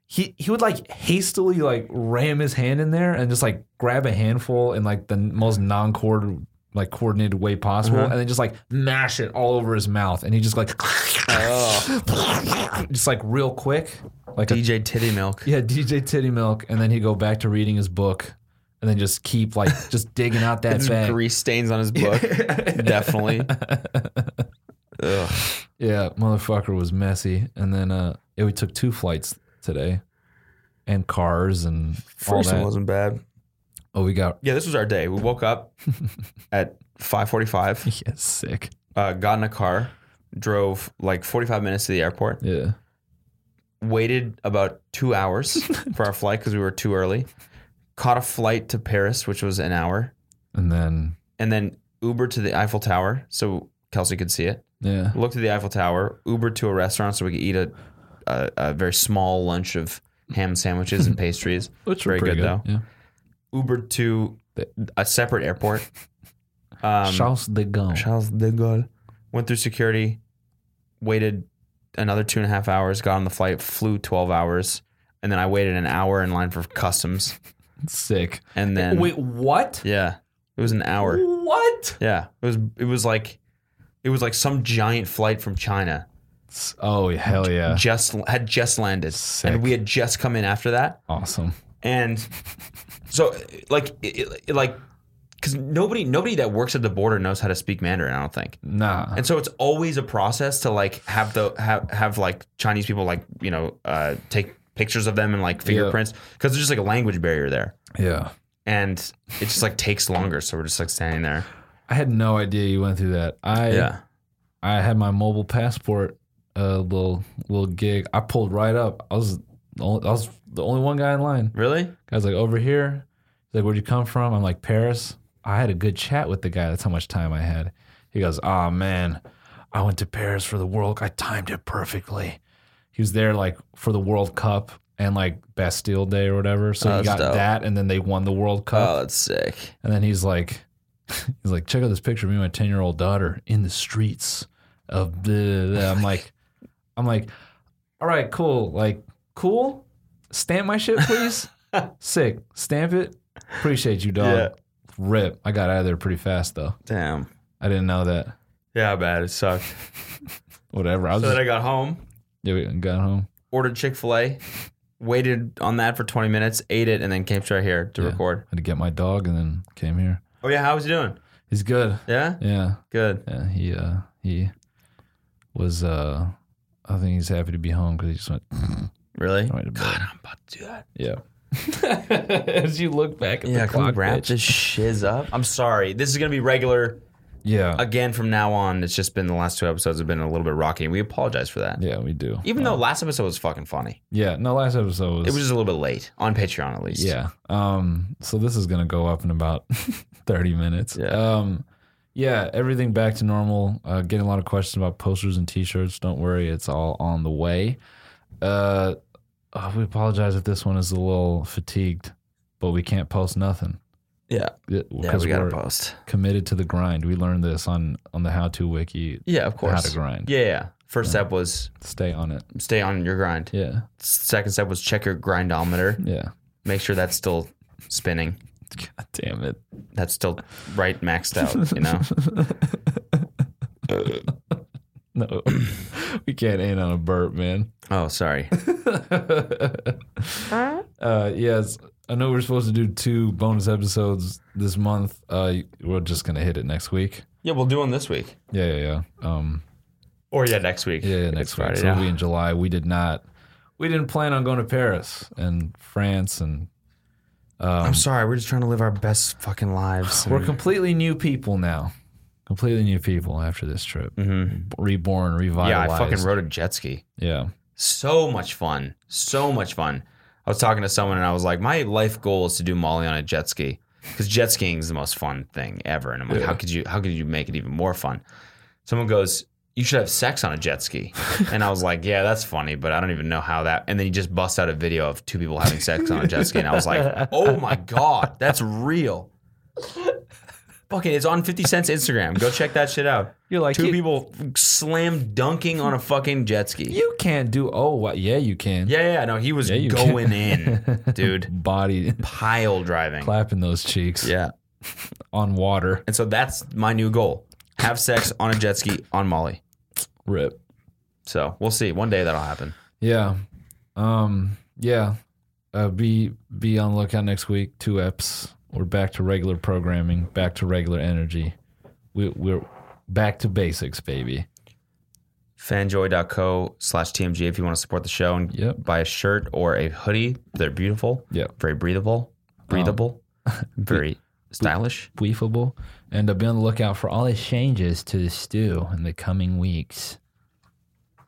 Speaker 5: He, he would like hastily like ram his hand in there and just like grab a handful in like the most non cord like coordinated way possible and then just like mash it all over his mouth and he just like just like real quick like a
Speaker 4: DJ Titty Milk.
Speaker 5: yeah, DJ Titty Milk, and then he'd go back to reading his book, and then just keep like just digging out that
Speaker 4: There's
Speaker 5: bag.
Speaker 4: grease stains on his book. Definitely. Ugh.
Speaker 5: Yeah, motherfucker was messy. And then uh, yeah, we took two flights today, and cars and all
Speaker 4: First one
Speaker 5: that.
Speaker 4: wasn't bad.
Speaker 5: oh, we got
Speaker 4: Yeah, this was our day. We woke up at 545.
Speaker 5: yeah, sick.
Speaker 4: uh, got in a car, drove like 45 minutes to the airport,
Speaker 5: Yeah,
Speaker 4: waited about two hours for our flight because we were too early, caught a flight to Paris, which was an hour,
Speaker 5: and then
Speaker 4: and then Uber to the Eiffel Tower so Kelsey could see it.
Speaker 5: yeah,
Speaker 4: Looked at the Eiffel Tower, Uber to a restaurant so we could eat a, a, a very small lunch of ham sandwiches and pastries.
Speaker 5: which
Speaker 4: very good, though.
Speaker 5: Yeah,
Speaker 4: Uber to a separate airport. Um,
Speaker 5: Charles de Gaulle.
Speaker 4: Charles de Gaulle. Went through security, waited another two and a half hours, got on the flight, flew 12 hours, and then I waited an hour in line for customs.
Speaker 5: Sick.
Speaker 4: And then,
Speaker 5: Wait, what?
Speaker 4: yeah, it was an hour.
Speaker 5: What?
Speaker 4: Yeah, it was, it was like, it was like some giant flight from China
Speaker 5: Oh hell yeah!
Speaker 4: just had just landed,
Speaker 5: Sick.
Speaker 4: and we had just come in after that.
Speaker 5: Awesome.
Speaker 4: and so like it, it- like because nobody nobody that works at the border knows how to speak mandarin i don't think
Speaker 5: Nah.
Speaker 4: and so it's always a process to like have the have, have like chinese people like you know uh take pictures of them and like fingerprints because there's just like a language barrier there
Speaker 5: Yeah.
Speaker 4: and it just like takes longer so we're just like standing there
Speaker 5: I had no idea you went through that. I I had my mobile passport uh, little little gig. I pulled right up. I was the only, I was the only one guy in line.
Speaker 4: really
Speaker 5: Guy's like over here. He's like, "Where'd you come from?" I'm like, "Paris." I had a good chat with the guy. That's how much time I had. He goes, "Oh man, I went to Paris for the World. I timed it perfectly." He was there like for the World Cup and like Bastille Day or whatever. So he
Speaker 4: that's
Speaker 5: got
Speaker 4: dope.
Speaker 5: that, and then they won the World Cup.
Speaker 4: Oh, that's sick.
Speaker 5: And then he's like, he's like, check out this picture of me and my ten year old daughter in the streets of the. I'm like, I'm like, all right, cool, like cool. Stamp my shit, please. Sick. Stamp it. Appreciate you, dog.
Speaker 4: Yeah.
Speaker 5: Rip. I got out of there pretty fast though.
Speaker 4: Damn.
Speaker 5: I didn't know that.
Speaker 4: Yeah, bad. It sucked.
Speaker 5: Whatever. I was
Speaker 4: so then
Speaker 5: just,
Speaker 4: I got home,
Speaker 5: yeah, we got home.
Speaker 4: ordered Chick Fil A, waited on that for 20 minutes, ate it, and then came straight here to
Speaker 5: Yeah.
Speaker 4: record.
Speaker 5: Had to get my dog and then came here.
Speaker 4: Oh yeah, how was he doing?
Speaker 5: He's good.
Speaker 4: Yeah,
Speaker 5: Yeah.
Speaker 4: good.
Speaker 5: Yeah, he uh, he was. uh I think he's happy to be home because he just went
Speaker 4: Really?
Speaker 5: right to bed.
Speaker 4: I'm about to do that.
Speaker 5: Yeah. As you look back at
Speaker 4: Yeah, can we wrap this shiz up? I'm sorry. This is gonna be regular
Speaker 5: Yeah.
Speaker 4: again from now on. It's just been the last two episodes have been a little bit rocky, and we apologize for that.
Speaker 5: yeah, Uh, we do.
Speaker 4: Even though last episode was fucking funny,
Speaker 5: Yeah. No, last episode was.
Speaker 4: it was just a little bit late on Patreon at least.
Speaker 5: Yeah. Um. So this is gonna go up in about thirty minutes.
Speaker 4: Yeah.
Speaker 5: Um. Yeah. Everything back to normal. Uh, getting a lot of questions about posters and T-shirts. Don't worry, it's all on the way. Uh, oh, we apologize if this one is a little fatigued, but we can't post nothing.
Speaker 4: yeah,
Speaker 5: Yeah,
Speaker 4: yeah. We gotta post.
Speaker 5: committed to the grind. We learned this on on the How To Wiki.
Speaker 4: Yeah, of
Speaker 5: How
Speaker 4: course.
Speaker 5: to grind.
Speaker 4: Yeah, yeah. First step was
Speaker 5: Stay on it.
Speaker 4: stay on your grind.
Speaker 5: Yeah.
Speaker 4: Second step was check your grindometer.
Speaker 5: Yeah.
Speaker 4: Make sure that's still spinning.
Speaker 5: God damn it.
Speaker 4: That's still right maxed out, you know?
Speaker 5: No, we can't end on a burp, man.
Speaker 4: Oh, sorry.
Speaker 5: Uh, yes, I know we're supposed to do two bonus episodes this month. Uh, we're just gonna hit it next week.
Speaker 4: Yeah, we'll do one this week.
Speaker 5: Yeah, yeah, yeah. Um,
Speaker 4: Or yeah, next week.
Speaker 5: yeah, yeah
Speaker 4: It's
Speaker 5: next week.
Speaker 4: Friday
Speaker 5: So it'll
Speaker 4: now.
Speaker 5: be in July. We did not, we didn't plan on going to Paris and France, and
Speaker 4: I'm sorry. We're just trying to live our best fucking lives.
Speaker 5: we're completely new people now. Mm-hmm. Completely new people after this trip. Reborn,
Speaker 4: yeah,
Speaker 5: revitalized.
Speaker 4: I fucking rode a jet ski.
Speaker 5: Yeah,
Speaker 4: So much fun. So much fun. I was talking to someone and I was like, my life goal is to do Molly on a jet ski because jet skiing is the most fun thing ever. And I'm like, how could you? How could you make it even more fun? Someone goes, you should have sex on a jet ski. And I was like, yeah, that's funny, but I don't even know how that. And then he just busts out a video of two people having sex on a jet ski, and I was like, oh my god, that's real. Fucking, it's on Fifty Cent's Instagram. Go check that shit out.
Speaker 5: You're like,
Speaker 4: two
Speaker 5: you-
Speaker 4: people slam dunking on a fucking jet ski.
Speaker 5: you can't do. Oh, what? Yeah, you can.
Speaker 4: Yeah, yeah, yeah, no, he was
Speaker 5: you
Speaker 4: going in, dude.
Speaker 5: Body
Speaker 4: Pile driving.
Speaker 5: clapping those cheeks
Speaker 4: Yeah.
Speaker 5: on water.
Speaker 4: And so that's my new goal. Have sex on a jet ski on Molly.
Speaker 5: Rip.
Speaker 4: So we'll see. One day that'll happen.
Speaker 5: Yeah. Um, yeah. Uh, be be on lookout next week. Two eps. We're back to regular programming. Back to regular energy. We, we're back to basics, baby.
Speaker 4: Fanjoy.co slash TMG if you want to support the show and
Speaker 5: Yep.
Speaker 4: buy a shirt or a hoodie. They're beautiful.
Speaker 5: Yep.
Speaker 4: Very breathable. Breathable. very stylish.
Speaker 5: Weefable. And uh, be on the lookout for all the changes to the stew in the coming weeks.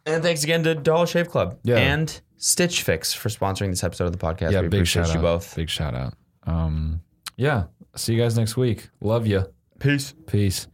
Speaker 4: And thanks again to Doll Shave Club
Speaker 5: Yeah.
Speaker 4: and Stitch Fix for sponsoring this episode of the podcast. we appreciate you
Speaker 5: out.
Speaker 4: both.
Speaker 5: Big shout out. Um, yeah. See you guys next week. Love you.
Speaker 4: Peace.
Speaker 5: Peace.